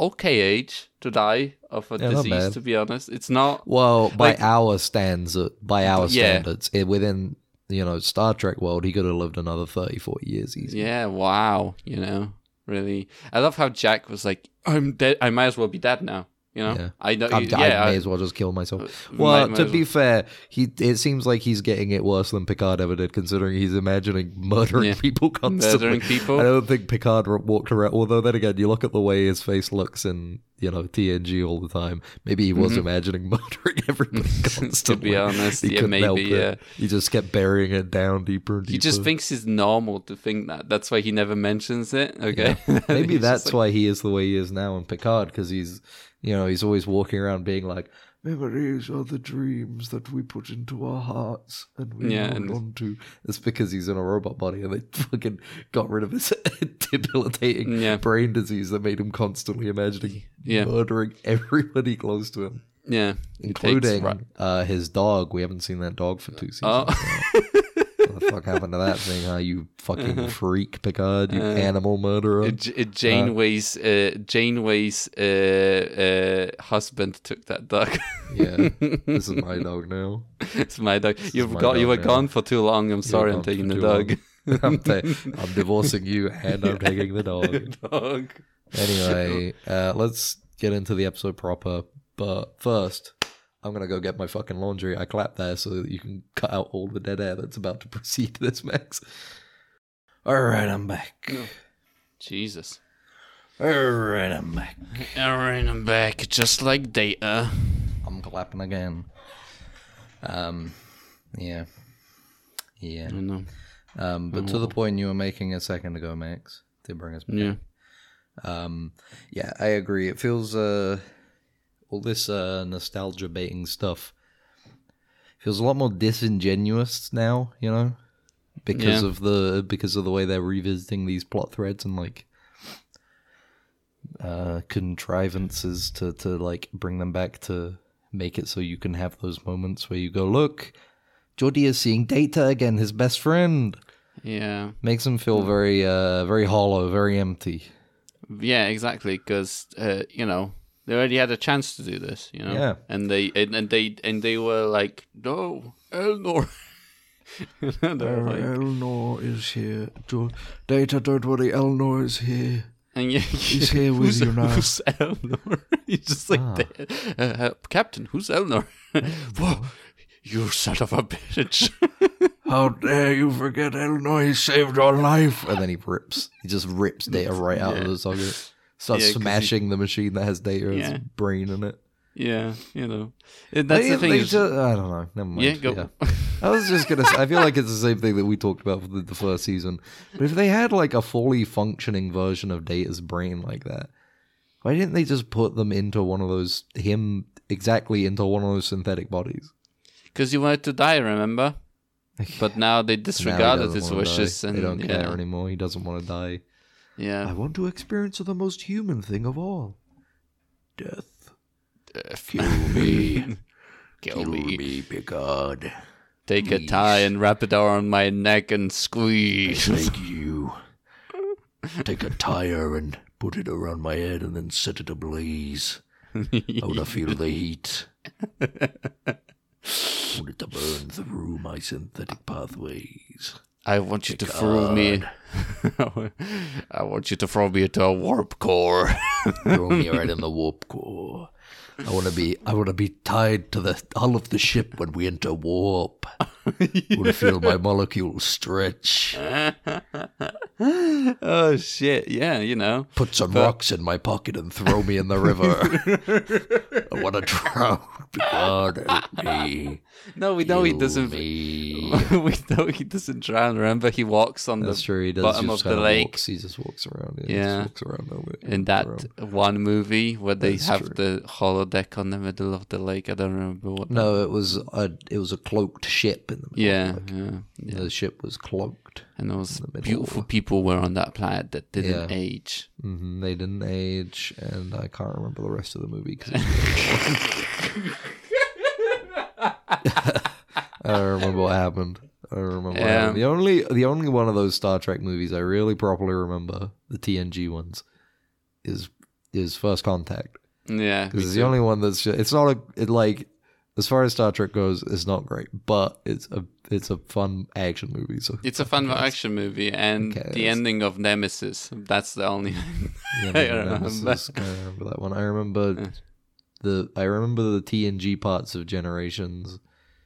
Speaker 4: okay age to die of a
Speaker 1: Yeah, not
Speaker 4: disease,
Speaker 1: bad.
Speaker 4: to be honest, it's not.
Speaker 1: Well, by
Speaker 4: Like-
Speaker 1: our stands, by our
Speaker 4: Yeah.
Speaker 1: standards, it, within you know Star Trek world, he could have lived another 30, 40 years easy.
Speaker 4: Yeah. Wow. You know, really. I love how Jack was like, "I'm dead. I might as well be dead now." You know.
Speaker 1: Yeah.
Speaker 4: I know.
Speaker 1: I'm, I
Speaker 4: yeah.
Speaker 1: may
Speaker 4: I-
Speaker 1: as well just kill myself.
Speaker 4: might-
Speaker 1: Well,
Speaker 4: might
Speaker 1: to
Speaker 4: as
Speaker 1: be fair, he it seems like he's getting it worse than Picard ever did, considering he's imagining murdering
Speaker 4: Yeah.
Speaker 1: people constantly.
Speaker 4: murdering people.
Speaker 1: I don't think Picard r- walked around. Although then again, you look at the way his face looks in you know TNG all the time. Maybe he was
Speaker 4: Mhm.
Speaker 1: imagining <laughs> murdering everybody
Speaker 4: <laughs> to
Speaker 1: constantly.
Speaker 4: be honest,
Speaker 1: he
Speaker 4: yeah,
Speaker 1: couldn't help
Speaker 4: maybe.
Speaker 1: it.
Speaker 4: Yeah.
Speaker 1: He just kept burying it down deeper and deeper.
Speaker 4: He just thinks it's normal to think that. That's why he never mentions it. Okay.
Speaker 1: <laughs>
Speaker 4: <laughs>
Speaker 1: Maybe that's why he is the way he is now in Picard, because he's, you know, he's always walking around being like, "Memories are the dreams that we put into our hearts and we
Speaker 4: Yeah,
Speaker 1: hold
Speaker 4: and-
Speaker 1: on to." It's because he's in a robot body, and they fucking got rid of his <laughs> debilitating
Speaker 4: Yeah.
Speaker 1: brain disease that made him constantly imagining
Speaker 4: Yeah.
Speaker 1: murdering everybody close to him,
Speaker 4: Yeah. He takes
Speaker 1: including
Speaker 4: ri-
Speaker 1: uh, his dog. We haven't seen that dog for two seasons. <laughs>
Speaker 4: Oh. <laughs>
Speaker 1: What the fuck happened to that thing? Huh? You fucking
Speaker 4: <laughs>
Speaker 1: freak, Picard! You
Speaker 4: Uh,
Speaker 1: animal murderer!
Speaker 4: Uh, J- uh, Janeway's uh, Janeway's uh, uh, husband took that dog. <laughs>
Speaker 1: Yeah, this is my dog now.
Speaker 4: it's my dog. You've
Speaker 1: my
Speaker 4: got you
Speaker 1: dog
Speaker 4: were
Speaker 1: now.
Speaker 4: gone for too long. I'm sorry. I'm
Speaker 1: gone
Speaker 4: taking
Speaker 1: for
Speaker 4: the
Speaker 1: too
Speaker 4: dog.
Speaker 1: I'm, ta-
Speaker 4: <laughs>
Speaker 1: I'm divorcing you and I'm taking the dog.
Speaker 4: dog.
Speaker 1: Anyway, uh, let's get into the episode proper. But first, I'm going to go get my fucking laundry. I clap there so that you can cut out all the dead air that's about to <laughs> precede this, Max. All right, I'm back.
Speaker 4: Jesus.
Speaker 1: All right, I'm back.
Speaker 4: All right, I'm back, just like data.
Speaker 1: I'm clapping again. Um, yeah. Yeah.
Speaker 4: I know.
Speaker 1: Um, but to the point you were making a second ago, Max, to bring us back.
Speaker 4: Yeah.
Speaker 1: Um, yeah, I agree. It feels uh, all this uh, nostalgia baiting stuff feels a lot more disingenuous now, you know, because
Speaker 4: Yeah.
Speaker 1: of the because of the way they're revisiting these plot threads and like uh, contrivances to to like bring them back to make it so you can have those moments where you go, look, Jordi is seeing Data again, his best friend.
Speaker 4: Yeah.
Speaker 1: Makes him feel very uh, very hollow, very empty.
Speaker 4: Yeah, exactly. Because uh, you know they already had a chance to do this, you know.
Speaker 1: Yeah.
Speaker 4: And they and, and they and they were like, no, Elnor. <laughs> You know, they were like-
Speaker 1: Uh, Elnor is here. Do- Data, don't worry, Elnor is here.
Speaker 4: and yeah,
Speaker 1: He's here with
Speaker 4: who's,
Speaker 1: you now.
Speaker 4: Who's Elnor? <laughs> He's just like,
Speaker 1: Ah.
Speaker 4: "Uh, uh, Captain, who's Elnor? <laughs> Whoa, you son of a bitch! <laughs>
Speaker 1: How dare you forget Elnor? He saved our life. And then he rips. He just rips
Speaker 4: <laughs>
Speaker 1: Data right out of
Speaker 4: Yeah.
Speaker 1: the socket. Starts
Speaker 4: Yeah, 'cause he-
Speaker 1: smashing the machine that has Data's
Speaker 4: Yeah.
Speaker 1: brain in it.
Speaker 4: yeah, you know, And that's
Speaker 1: They-
Speaker 4: the thing.
Speaker 1: they
Speaker 4: is-
Speaker 1: ju- I don't know. Never mind.
Speaker 4: yeah, go. <laughs>
Speaker 1: I was just gonna. Say, I feel like it's the same thing that we talked about for the, the first season. But if they had like a fully functioning version of Data's brain like that, why didn't they just put them into one of those him exactly into one of those synthetic bodies?
Speaker 4: Because you wanted to
Speaker 1: <laughs>
Speaker 4: die, remember? But now they
Speaker 1: Now he
Speaker 4: disregarded
Speaker 1: doesn't
Speaker 4: his
Speaker 1: wanna die.
Speaker 4: wishes, and
Speaker 1: uh, they don't
Speaker 4: yeah,
Speaker 1: care anymore. He doesn't want to die. I
Speaker 4: yeah.
Speaker 1: want to experience the most human thing of all: death.
Speaker 4: Kill Uh,
Speaker 1: <laughs>
Speaker 4: me. Kill, me.
Speaker 1: Picard.
Speaker 4: Take a tie and wrap it around my neck and squeeze.
Speaker 1: you. Take a tire and put it around my head and then set it ablaze. I want to feel the
Speaker 4: <laughs>
Speaker 1: heat. I want it to burn through my synthetic pathways.
Speaker 4: I want you to throw me. <laughs> I want you to throw me into a warp core. <laughs>
Speaker 1: Throw me right in the warp core. I want to be. I want to be tied to the hull of the ship when we enter warp. I want to feel my molecules stretch.
Speaker 4: oh shit! Yeah, you know.
Speaker 1: Put some rocks in my pocket and throw me in the river. I want to drown. God help me.
Speaker 4: No, we know he
Speaker 1: Kill
Speaker 4: doesn't.
Speaker 1: me.
Speaker 4: <laughs> we know he doesn't drown. Remember, he walks on
Speaker 1: That's
Speaker 4: the
Speaker 1: true. He does
Speaker 4: bottom
Speaker 1: just
Speaker 4: of the
Speaker 1: kinda
Speaker 4: lake.
Speaker 1: Walks, he just walks around. Yeah.
Speaker 4: Yeah.
Speaker 1: He just walks around over it.
Speaker 4: in that
Speaker 1: around.
Speaker 4: one movie where they
Speaker 1: That's
Speaker 4: have the holodeck on the middle of the lake. I don't remember what. that-
Speaker 1: No, it was a it was a cloaked ship in the middle.
Speaker 4: yeah,
Speaker 1: Like,
Speaker 4: yeah, yeah.
Speaker 1: The ship was cloaked.
Speaker 4: And those
Speaker 1: in the middle.
Speaker 4: beautiful people were on that planet that didn't
Speaker 1: Yeah.
Speaker 4: age.
Speaker 1: hmm They didn't age, and I can't remember the rest of the movie because <laughs> I don't remember what happened. I don't remember. What
Speaker 4: Yeah.
Speaker 1: happened. The only the only one of those Star Trek movies I really properly remember, the TNG ones, is is First Contact
Speaker 4: yeah,
Speaker 1: because it's
Speaker 4: we
Speaker 1: the only one that's ju- it's not a it like as far as Star Trek goes, it's not great, but it's a it's a fun action movie. So
Speaker 4: It's a fun action movie, and
Speaker 1: Okay,
Speaker 4: the
Speaker 1: that's-
Speaker 4: ending of Nemesis. That's the only. <laughs> thing.
Speaker 1: Yeah,
Speaker 4: I don't remember.
Speaker 1: Nemesis, I remember that one. I remember
Speaker 4: Yeah.
Speaker 1: the I remember the TNG parts of Generations.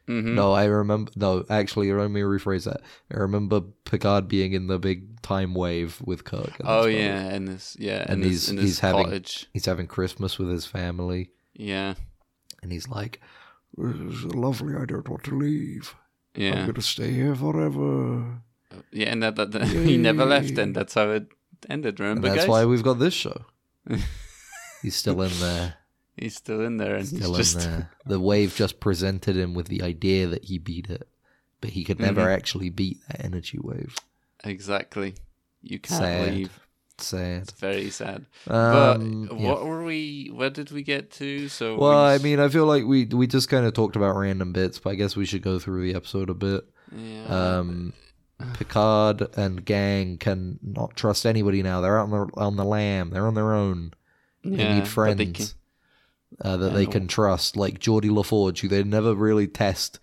Speaker 4: Mhm.
Speaker 1: No, I remember. No, actually, let me rephrase that. I remember Picard being in the big time wave with Kirk. and
Speaker 4: Oh
Speaker 1: stuff.
Speaker 4: yeah, and this yeah, and,
Speaker 1: And
Speaker 4: this,
Speaker 1: he's-
Speaker 4: in this
Speaker 1: he's having-
Speaker 4: cottage.
Speaker 1: he's having Christmas with his family,
Speaker 4: Yeah,
Speaker 1: and he's like, "This is lovely. I don't want to leave. I'm
Speaker 4: yeah,
Speaker 1: gonna stay here forever."
Speaker 4: yeah. And that, that, that- <laughs> he never left, and that's how it ended.
Speaker 1: And
Speaker 4: Remember,
Speaker 1: that's
Speaker 4: guys?
Speaker 1: why we've got this
Speaker 4: <laughs>
Speaker 1: show. he's still in there.
Speaker 4: he's still in there, and
Speaker 1: still
Speaker 4: he's
Speaker 1: in
Speaker 4: just
Speaker 1: there. <laughs> The wave just presented him with the idea that he beat it, but he could never
Speaker 4: Mm-hmm.
Speaker 1: actually beat that energy wave.
Speaker 4: <laughs> exactly. You can't
Speaker 1: Sad.
Speaker 4: leave.
Speaker 1: Sad.
Speaker 4: It's very sad.
Speaker 1: Um,
Speaker 4: but
Speaker 1: yeah.
Speaker 4: what were we? Where did we get to? So
Speaker 1: Well,
Speaker 4: we
Speaker 1: I
Speaker 4: s-
Speaker 1: mean, I feel like we we just kind of talked about random bits, but I guess we should go through the episode a bit.
Speaker 4: yeah,
Speaker 1: Um, Picard and gang can not trust anybody now. They're out on the on the lam. They're on their own. They
Speaker 4: yeah,
Speaker 1: need
Speaker 4: but
Speaker 1: friends
Speaker 4: they can-
Speaker 1: uh, that they
Speaker 4: Yeah.
Speaker 1: can trust, like Geordie LaForge, who they never really test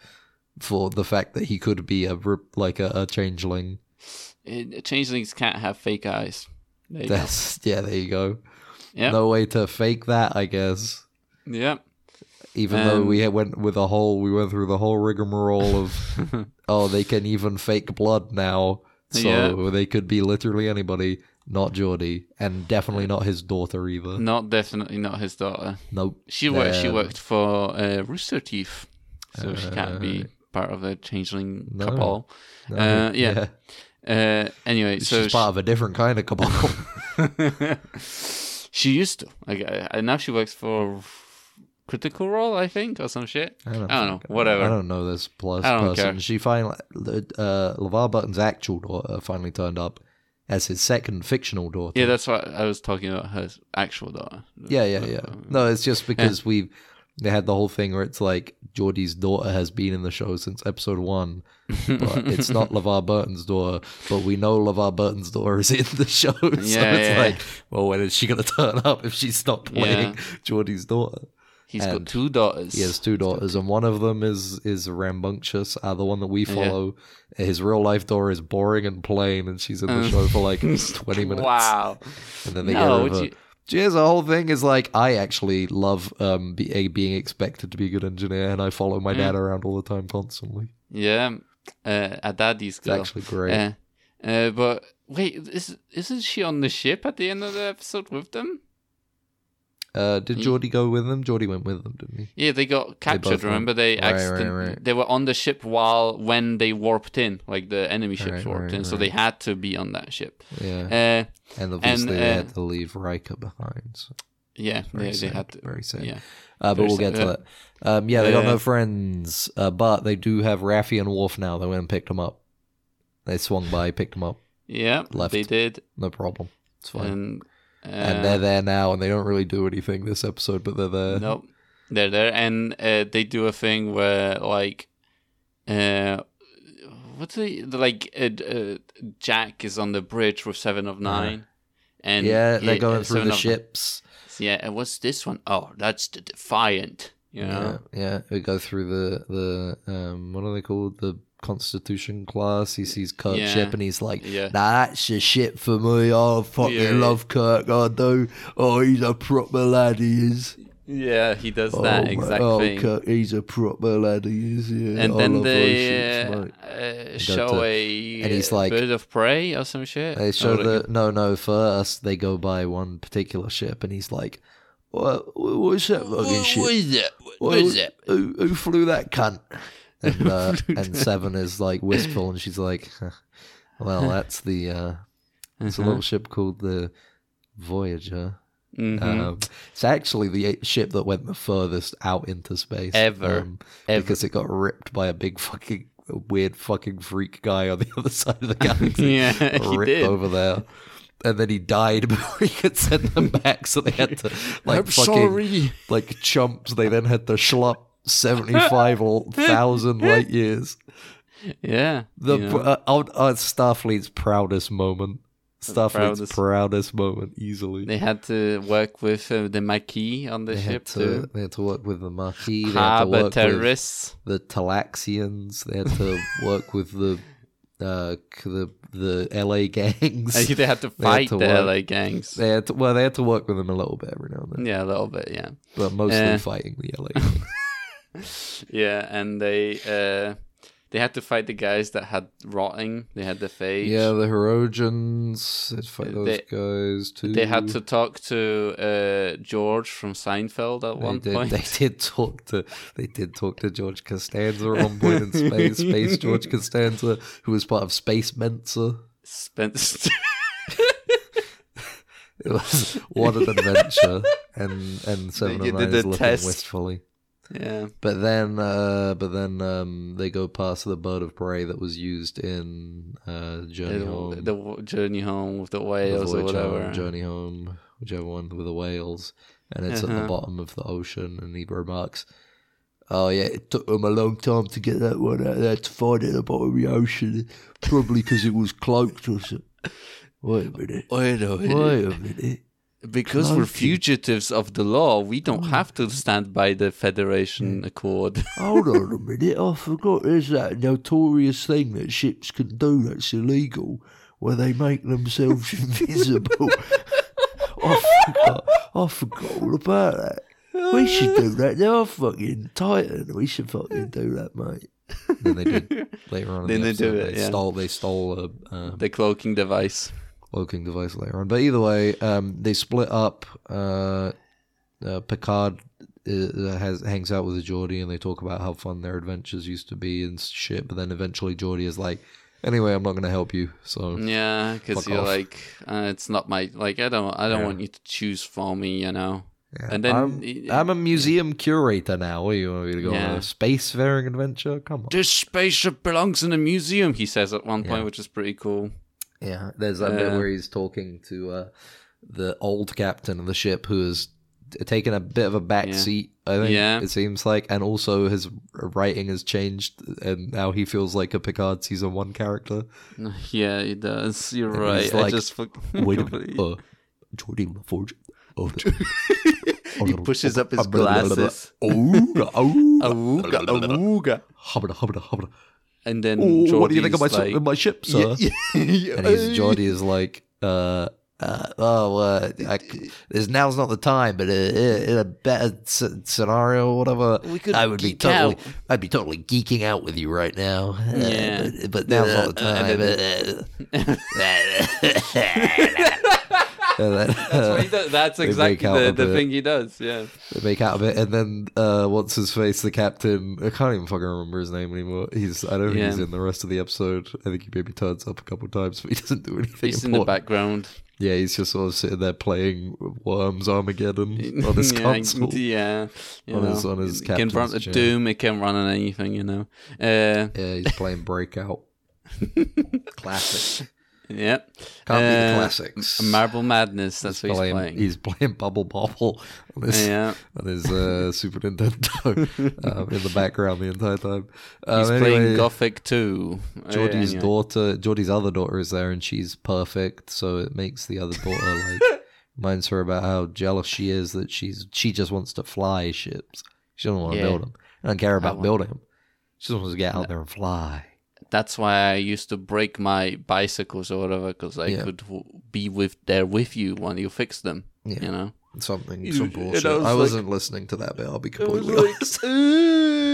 Speaker 1: for the fact that he could be a rip- like a, a changeling.
Speaker 4: it- changelings can't have fake eyes. There you go.
Speaker 1: That's <laughs> yeah. There you go.
Speaker 4: Yep.
Speaker 1: No way to fake that, I guess.
Speaker 4: Yep.
Speaker 1: Even though
Speaker 4: Um,
Speaker 1: we had- went with a whole, we went through the whole rigmarole of,
Speaker 4: <laughs>
Speaker 1: oh, they can even fake blood now, so
Speaker 4: Yeah.
Speaker 1: they could be literally anybody, not Geordie, and definitely not his daughter either.
Speaker 4: Not definitely not his daughter.
Speaker 1: Nope.
Speaker 4: She worked. She
Speaker 1: Um,
Speaker 4: worked for uh, Rooster Teeth, so she can't be part of the changeling
Speaker 1: Uh, No.
Speaker 4: cabal.
Speaker 1: no,
Speaker 4: uh, yeah. Uh, anyway, so
Speaker 1: she's
Speaker 4: she,
Speaker 1: part of a different kind of cabal.
Speaker 4: she used to. Like, uh, and now she works for Critical Role, I think, or some shit. I don't, know.
Speaker 1: fucking
Speaker 4: Whatever.
Speaker 1: I don't know this plus
Speaker 4: I don't
Speaker 1: person.
Speaker 4: care.
Speaker 1: She finally, uh, LeVar Button's actual daughter finally turned up as his second fictional daughter.
Speaker 4: yeah, that's what I was talking about. Her actual daughter.
Speaker 1: Yeah, yeah, yeah.
Speaker 4: Uh,
Speaker 1: No, it's just because we they had the whole thing where it's like Geordie's daughter has been in the show since episode one,
Speaker 4: <laughs>
Speaker 1: but it's not LeVar Burton's daughter. But we know LeVar Burton's daughter is in the show, <laughs> so
Speaker 4: Yeah,
Speaker 1: it's
Speaker 4: yeah.
Speaker 1: like, well, when is she gonna turn up if she's not playing Geordie's daughter?
Speaker 4: He's
Speaker 1: And-
Speaker 4: got two daughters.
Speaker 1: He has two daughters, and one of them is is rambunctious. Uh, the one that we follow, his real life daughter is boring and plain, and she's in the show for
Speaker 4: <laughs>
Speaker 1: like twenty minutes.
Speaker 4: Um, Wow.
Speaker 1: And then they
Speaker 4: Uh. No,
Speaker 1: no,
Speaker 4: would
Speaker 1: get over.
Speaker 4: you-
Speaker 1: Cheers, the whole thing is like I actually love um be, eh, being expected to be a good engineer, and I follow
Speaker 4: Mm.
Speaker 1: my dad around all the time constantly.
Speaker 4: Yeah, uh, a daddy's
Speaker 1: It's
Speaker 4: girl.
Speaker 1: actually great.
Speaker 4: Uh, uh, but wait, is isn't she on the ship at the end of the episode with them?
Speaker 1: Uh, did
Speaker 4: Ye-
Speaker 1: Geordie go with them? Geordie went with them, didn't he?
Speaker 4: Yeah, they got captured.
Speaker 1: both went-
Speaker 4: remember, they
Speaker 1: Right, right,
Speaker 4: accident-
Speaker 1: right.
Speaker 4: they were on the ship while when they warped in, like the enemy ships
Speaker 1: Right,
Speaker 4: warped
Speaker 1: right,
Speaker 4: in, so
Speaker 1: right.
Speaker 4: they had to be on that ship.
Speaker 1: Yeah,
Speaker 4: Uh,
Speaker 1: and obviously they
Speaker 4: uh,
Speaker 1: had to leave Riker behind. So
Speaker 4: yeah,
Speaker 1: very
Speaker 4: they, they
Speaker 1: sad,
Speaker 4: had to.
Speaker 1: very sad.
Speaker 4: Yeah,
Speaker 1: Uh, but
Speaker 4: Very
Speaker 1: we'll
Speaker 4: sad,
Speaker 1: get to
Speaker 4: yeah.
Speaker 1: that. Um, yeah, they got
Speaker 4: Yeah.
Speaker 1: no friends, uh, but they do have Raffi and Worf now. They went and picked them up. They swung by, picked them up,
Speaker 4: yeah,
Speaker 1: Left.
Speaker 4: they did,
Speaker 1: no problem. It's fine.
Speaker 4: and uh,
Speaker 1: and they're there now, and they don't really do anything this episode, but they're there.
Speaker 4: Nope. They're there, and uh, they do a thing where like, uh, what's the like? Uh, uh, Jack is on the bridge with Seven of Nine, and
Speaker 1: Uh-huh. yeah, they're
Speaker 4: he-
Speaker 1: going
Speaker 4: uh,
Speaker 1: through
Speaker 4: Seven
Speaker 1: the
Speaker 4: of-
Speaker 1: ships.
Speaker 4: Yeah, and what's this one? Oh, that's the Defiant. You know?
Speaker 1: Yeah, yeah, we go through the the um, what are they called? The Constitution class. He sees Kirk's
Speaker 4: Yeah.
Speaker 1: ship, and he's like,
Speaker 4: Yeah.
Speaker 1: "Nah, that's the ship for me. I fucking
Speaker 4: Yeah.
Speaker 1: love Kirk. I do. Oh, he's a proper lad. He is."
Speaker 4: yeah, he does that
Speaker 1: my-
Speaker 4: exact
Speaker 1: oh,
Speaker 4: thing.
Speaker 1: Kirk, he's a proper lad. He is. Yeah.
Speaker 4: And
Speaker 1: I
Speaker 4: then
Speaker 1: love those
Speaker 4: they
Speaker 1: ships,
Speaker 4: uh,
Speaker 1: mate.
Speaker 4: uh,
Speaker 1: to-
Speaker 4: show a
Speaker 1: and he's
Speaker 4: uh,
Speaker 1: like-
Speaker 4: bird of prey or some shit.
Speaker 1: They show
Speaker 4: Oh,
Speaker 1: the no, no. First, they go by one particular ship, and he's like, "What? What's that
Speaker 4: What
Speaker 1: fucking ship?
Speaker 4: was that? What
Speaker 1: What
Speaker 4: was that? <laughs>
Speaker 1: Who, who flew that cunt?" and uh, and Seven is like wistful, and she's like, <laughs> "Huh, "Well, that's the uh, it's a
Speaker 4: Uh-huh.
Speaker 1: little ship called the Voyager.
Speaker 4: Mhm.
Speaker 1: Um, it's actually the ship that went the furthest out into space um,
Speaker 4: Ever. Ever.
Speaker 1: because it got ripped by a big fucking a weird fucking freak guy on the <laughs> other side of
Speaker 4: <laughs>
Speaker 1: the galaxy.
Speaker 4: Yeah, he
Speaker 1: ripped
Speaker 4: did.
Speaker 1: over there. And then he died <laughs> before he could send them back, so they
Speaker 4: <laughs>
Speaker 1: had to like fucking like chumps. They then had to schlop seventy five
Speaker 4: <laughs>
Speaker 1: thousand light years.
Speaker 4: Yeah.
Speaker 1: The
Speaker 4: you know.
Speaker 1: uh, uh, uh, Starfleet's proudest moment. Starfleet's
Speaker 4: proudest-
Speaker 1: proudest, moment, easily.
Speaker 4: they had to work with uh, the Maquis on the
Speaker 1: They
Speaker 4: ship
Speaker 1: had
Speaker 4: to,
Speaker 1: to, they had to work with the Maquis. They had to
Speaker 4: harbor
Speaker 1: work with <laughs>
Speaker 4: terrorists. <laughs>
Speaker 1: the Talaxians. They had to work with the uh, c- the the LA gangs.
Speaker 4: I think they had to
Speaker 1: They had
Speaker 4: fight
Speaker 1: to
Speaker 4: the
Speaker 1: work-
Speaker 4: LA gangs.
Speaker 1: They had to, well, they had to work with them a little bit every now and then,
Speaker 4: Yeah, a little bit. Yeah.
Speaker 1: but mostly
Speaker 4: Eh.
Speaker 1: fighting the
Speaker 4: <laughs>
Speaker 1: LA. gangs.
Speaker 4: Yeah, and they uh, they had to fight the guys that had rotting. They had the phage.
Speaker 1: yeah, the Herodians. They'd fight those
Speaker 4: They-
Speaker 1: guys too.
Speaker 4: They had to talk to uh, George from Seinfeld at
Speaker 1: They
Speaker 4: one
Speaker 1: did,
Speaker 4: point. <laughs>
Speaker 1: They did talk to they did talk to George Costanza at one point
Speaker 4: <laughs>
Speaker 1: in space. Space George Costanza, who was part of Space Mensa.
Speaker 4: Spence.
Speaker 1: <laughs> It was what an adventure. And and Seven
Speaker 4: did
Speaker 1: and Nine
Speaker 4: the
Speaker 1: is looking
Speaker 4: test.
Speaker 1: wistfully.
Speaker 4: yeah.
Speaker 1: But then uh but then um they go past the bird of prey that was used in uh Journey
Speaker 4: The,
Speaker 1: Home.
Speaker 4: the w- journey home with the
Speaker 1: The
Speaker 4: whales or
Speaker 1: Voyage Home,
Speaker 4: whatever.
Speaker 1: Journey Home, whichever one with the whales, and it's at
Speaker 4: Uh-huh.
Speaker 1: the bottom of the ocean. And he remarks, "Oh yeah, it took them a long time to get that one out there to find it at the bottom of the ocean, probably because it was cloaked or something." Wait a minute.
Speaker 4: I know.
Speaker 1: Wait a minute.
Speaker 4: Because we're
Speaker 1: Crikey.
Speaker 4: fugitives of the law, we don't
Speaker 1: Mm.
Speaker 4: have to stand by the Federation Accord. <laughs>
Speaker 1: Hold on a minute. I forgot there's that notorious thing that ships can do that's illegal, where they make
Speaker 4: <laughs>
Speaker 1: themselves invisible. I forgot. I forgot all about that. We should do that. They are fucking Titan. We should fucking do that, mate. Then they did
Speaker 4: <laughs>
Speaker 1: later on. in
Speaker 4: Then
Speaker 1: the
Speaker 4: they do
Speaker 1: episode,
Speaker 4: it, yeah.
Speaker 1: Stole. They stole a um,
Speaker 4: the cloaking device.
Speaker 1: cloaking device later on. But either way, um, they split up. Uh, uh, Picard uh, has hangs out with Geordie and they talk about how fun their adventures used to be and shit. But then eventually Geordie is like, "Anyway, I'm not going to help you." So
Speaker 4: Yeah, because
Speaker 1: Mm. Fuck
Speaker 4: you're
Speaker 1: off.
Speaker 4: like, uh, it's not my like. I don't. I don't
Speaker 1: Yeah.
Speaker 4: want you to choose for me. You know.
Speaker 1: yeah.
Speaker 4: And then
Speaker 1: I'm,
Speaker 4: it-
Speaker 1: I'm a museum curator now. What do you want me to go on
Speaker 4: Yeah.
Speaker 1: a spacefaring adventure? Come on.
Speaker 4: This spaceship belongs in a museum, he says at one point,
Speaker 1: Yeah.
Speaker 4: which is pretty cool. <laughs>
Speaker 1: Yeah, there's that bit
Speaker 4: Yeah.
Speaker 1: where he's talking to uh, the old captain of the ship who has t- taken a bit of a back
Speaker 4: Yeah.
Speaker 1: seat, I think
Speaker 4: Yeah.
Speaker 1: it seems like, and also his writing has changed, and now he feels like a Picard season one
Speaker 4: <laughs>
Speaker 1: character.
Speaker 4: Yeah, it does. You're
Speaker 1: And
Speaker 4: right.
Speaker 1: he's
Speaker 4: I
Speaker 1: like,
Speaker 4: just fuck- <laughs>
Speaker 1: Wait a minute, uh, Jordy LaForge. Oh, <laughs>
Speaker 4: he pushes up his glasses.
Speaker 1: Ooga,
Speaker 4: <laughs>
Speaker 1: ooga,
Speaker 4: Awooga, awooga.
Speaker 1: oh, hubbada, hubbada, hubbada.
Speaker 4: And then
Speaker 1: Oh, what do you think of my,
Speaker 4: Geordi's
Speaker 1: so-
Speaker 4: like,
Speaker 1: my ship, sir? <laughs> and he's Geordie is like, uh, uh, oh, uh, I c there's now's not the time, but uh, in a better s- scenario or whatever,
Speaker 4: We could
Speaker 1: I would be
Speaker 4: geek
Speaker 1: totally,
Speaker 4: out."
Speaker 1: I'd be totally geeking out with you right now. Uh,
Speaker 4: Yeah.
Speaker 1: but, but now's not the
Speaker 4: Uh, and
Speaker 1: time. <laughs> uh, and then,
Speaker 4: uh. That's, what
Speaker 1: uh,
Speaker 4: he does. That's
Speaker 1: They make
Speaker 4: exactly
Speaker 1: out
Speaker 4: the,
Speaker 1: a
Speaker 4: the
Speaker 1: bit.
Speaker 4: thing he does. Yeah.
Speaker 1: they <laughs> make out of it, and then uh, what's his face, the captain? I can't even fucking remember his name anymore. He's I don't think
Speaker 4: Yeah.
Speaker 1: he's in the rest of the episode. I think he maybe turns up a couple times, but he doesn't do anything.
Speaker 4: He's in the
Speaker 1: important.
Speaker 4: background.
Speaker 1: Yeah, he's just sort of sitting there playing Worms <laughs>
Speaker 4: <laughs>
Speaker 1: Armageddon on his
Speaker 4: yeah,
Speaker 1: console.
Speaker 4: Yeah. you
Speaker 1: On his-
Speaker 4: know.
Speaker 1: on his
Speaker 4: It can
Speaker 1: captain's
Speaker 4: run,
Speaker 1: chair.
Speaker 4: Doom, it can run on anything, you know. Uh,
Speaker 1: Yeah, he's playing
Speaker 4: <laughs>
Speaker 1: Breakout. Classic.
Speaker 4: yeah.
Speaker 1: Can't be the
Speaker 4: Uh,
Speaker 1: classics.
Speaker 4: Marble Madness, that's what he's playing.
Speaker 1: He's playing Bubble Bobble on his,
Speaker 4: <laughs> yeah.
Speaker 1: on his uh, Super Nintendo <laughs> um, in the background the entire time. Um,
Speaker 4: He's playing
Speaker 1: anyway,
Speaker 4: Gothic 2. Uh,
Speaker 1: Geordie's
Speaker 4: anyway.
Speaker 1: daughter, Geordie's other daughter is there, and she's perfect. So it makes the other daughter
Speaker 4: <laughs>
Speaker 1: like reminds her about how jealous she is that she's she just wants to fly ships. She doesn't want to
Speaker 4: Yeah.
Speaker 1: build them. I don't care about
Speaker 4: want-
Speaker 1: building them. She just wants to get out there and fly.
Speaker 4: That's why I used to break my bicycles or whatever because I
Speaker 1: Yeah.
Speaker 4: could w- be with there with you when you fix them.
Speaker 1: Yeah.
Speaker 4: You know.
Speaker 1: Something,
Speaker 4: You-
Speaker 1: some
Speaker 4: and I
Speaker 1: bullshit.
Speaker 4: was
Speaker 1: I,
Speaker 4: like-
Speaker 1: was not listening to that bit. I'll be completely honest.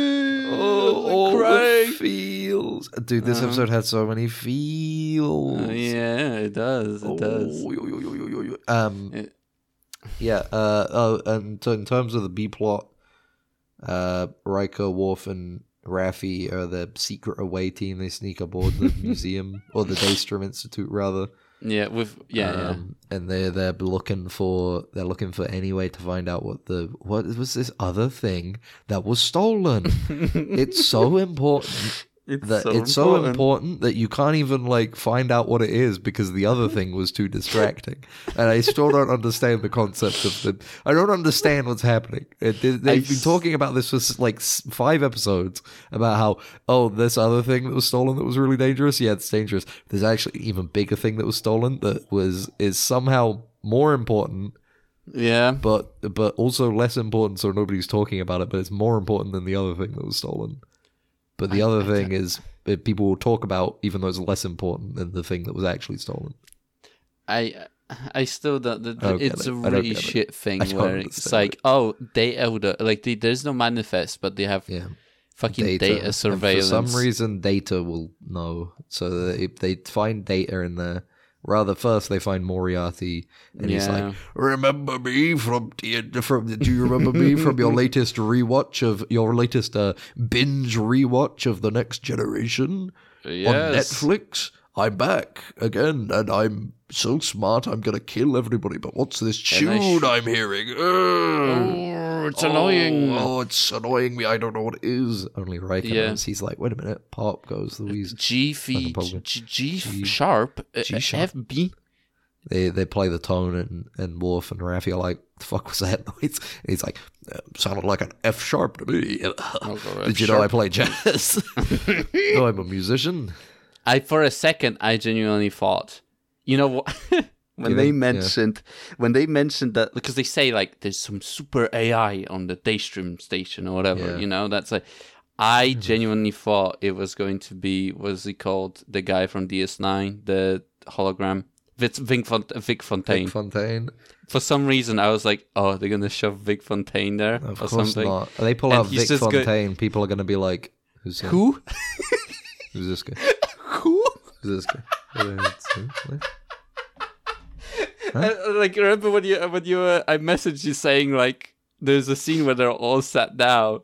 Speaker 4: oh,
Speaker 1: all the feels, dude. This
Speaker 4: Uh-huh. Uh,
Speaker 1: episode had so many feels.
Speaker 4: yeah, it does. It does.
Speaker 1: Oh, yo, yo, yo, yo, yo, yo. Um,
Speaker 4: Yeah.
Speaker 1: yeah. Uh, oh, and so in terms of the B plot, uh, Riker, Worf, and Raffi are the secret away team. They sneak aboard
Speaker 4: <laughs>
Speaker 1: the museum or the Daystrom Institute rather.
Speaker 4: Yeah, with yeah,
Speaker 1: Um, and they they're looking for they're looking for any way to find out what the what was this other thing that was
Speaker 4: <laughs>
Speaker 1: stolen.
Speaker 4: yeah.
Speaker 1: it's so important
Speaker 4: it's
Speaker 1: that it's so important that you can't even like find out what it is because the other thing was too distracting. and I still don't understand the concept of the. I don't understand what's happening. It, they- they've been
Speaker 4: s-
Speaker 1: talking about this for s- like s- five episodes about how oh this other thing that was stolen that was really dangerous. Yeah, it's dangerous. There's actually an even bigger thing that was stolen that was is somehow more important
Speaker 4: Yeah,
Speaker 1: but but also less important so nobody's talking about it but it's more important than the other thing that was stolen but the
Speaker 4: I-
Speaker 1: other
Speaker 4: I
Speaker 1: thing is that people will talk about even though it's less important than the thing that was actually stolen
Speaker 4: I I still don't. The,
Speaker 1: I don't get
Speaker 4: it's
Speaker 1: it.
Speaker 4: a
Speaker 1: I don't
Speaker 4: really
Speaker 1: get it.
Speaker 4: shit
Speaker 1: I
Speaker 4: thing
Speaker 1: don't
Speaker 4: where it's
Speaker 1: understand
Speaker 4: like, oh, they elder, like they, there's no manifest, but they have
Speaker 1: yeah
Speaker 4: fucking data,
Speaker 1: And
Speaker 4: surveillance.
Speaker 1: for some reason data will know so that if they find data in there rather first they find moriarty and he's
Speaker 4: Yeah.
Speaker 1: like remember me from the, from the, do you remember me from
Speaker 4: <laughs>
Speaker 1: your latest rewatch of your latest uh, binge rewatch of the next generation
Speaker 4: yes.
Speaker 1: on "Oh, Netflix. I'm back again, and I'm so smart. I'm gonna kill everybody. But what's this
Speaker 4: And I
Speaker 1: tune
Speaker 4: sh-
Speaker 1: I'm hearing? Ugh.
Speaker 3: Hmm.
Speaker 4: Oh, it's annoying.
Speaker 1: Oh, it's annoying me. I don't know what it is. Only Riker
Speaker 4: Yeah.
Speaker 1: knows. He's like, wait a minute. Pop goes Louise.
Speaker 4: <laughs> G
Speaker 1: Fucking
Speaker 4: V
Speaker 1: problem.
Speaker 4: G G
Speaker 1: G-
Speaker 4: sharp uh,
Speaker 1: G
Speaker 4: uh,
Speaker 1: sharp.
Speaker 4: F B.
Speaker 1: They they play the tone, and and Worf and Raffi are like, the fuck was that <laughs> noise? And he's like, "Uh, sounded like an F sharp to
Speaker 4: <laughs>
Speaker 1: me.
Speaker 4: Oh, God,
Speaker 1: Did
Speaker 4: F
Speaker 1: you know I
Speaker 4: sharp.
Speaker 1: play
Speaker 4: <laughs>
Speaker 1: jazz? no, I'm a musician.
Speaker 4: I for a second I genuinely thought, you know what? <laughs> when
Speaker 1: Yeah,
Speaker 4: they
Speaker 1: yeah.
Speaker 4: mentioned when they mentioned that because they say like there's some super AI on the Daystream station or whatever,
Speaker 1: Yeah. Mm-hmm.
Speaker 4: you know, that's like I genuinely thought it was going to be what's he called the guy from DS9, the hologram. Vic, Vic, Font- Vic Fontaine.
Speaker 1: Nick Fontaine.
Speaker 4: For some reason, I was like, "Oh, they're gonna shove Vic Fontaine there
Speaker 1: Of
Speaker 4: or
Speaker 1: course
Speaker 4: something."
Speaker 1: not. They pull
Speaker 4: And
Speaker 1: out
Speaker 4: he's
Speaker 1: Vic
Speaker 4: just go-
Speaker 1: Fontaine. People are going to be like, "Who's him?
Speaker 4: Who? <laughs>
Speaker 1: Who's this guy?
Speaker 4: Who?
Speaker 1: Who's this guy?" And then it's him. What?
Speaker 4: I- I, uh, like remember when you when you were, I messaged you saying like there's a scene where they're all sat down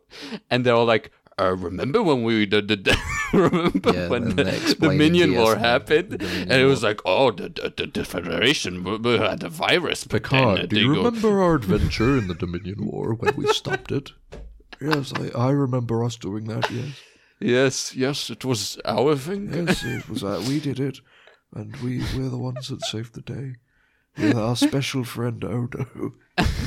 Speaker 4: and they're all like uh, remember when we did <laughs> the, the remember
Speaker 1: Yeah,
Speaker 4: when
Speaker 1: and
Speaker 4: the,
Speaker 1: they're
Speaker 4: the
Speaker 1: explaining
Speaker 4: minion war
Speaker 1: DS9,
Speaker 4: happened
Speaker 1: the Minion
Speaker 4: and it was like oh the the, the, the federation w- w- had a virus but then uh,
Speaker 1: Picard, do
Speaker 4: they
Speaker 1: you
Speaker 4: go-
Speaker 1: remember our adventure in the Dominion War when we stopped <laughs> it? Yes, I, I remember us doing that. Yes,
Speaker 4: yes yes it was our thing
Speaker 1: yes, it was that we did it, and we we're the ones that saved the day. Yeah, our special friend Odo.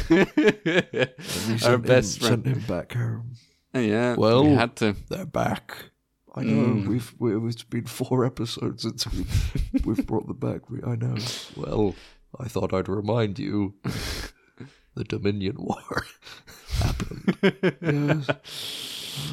Speaker 1: We
Speaker 4: <laughs> <laughs> our
Speaker 1: sent
Speaker 4: best
Speaker 1: him,
Speaker 4: friend
Speaker 1: sent him back home.
Speaker 4: yeah
Speaker 1: Well-
Speaker 4: we had to
Speaker 1: they're back. I know we've we, it's been four episodes since we we've brought them back. We, I know. Well, I thought I'd remind you, the Dominion War happened. yes.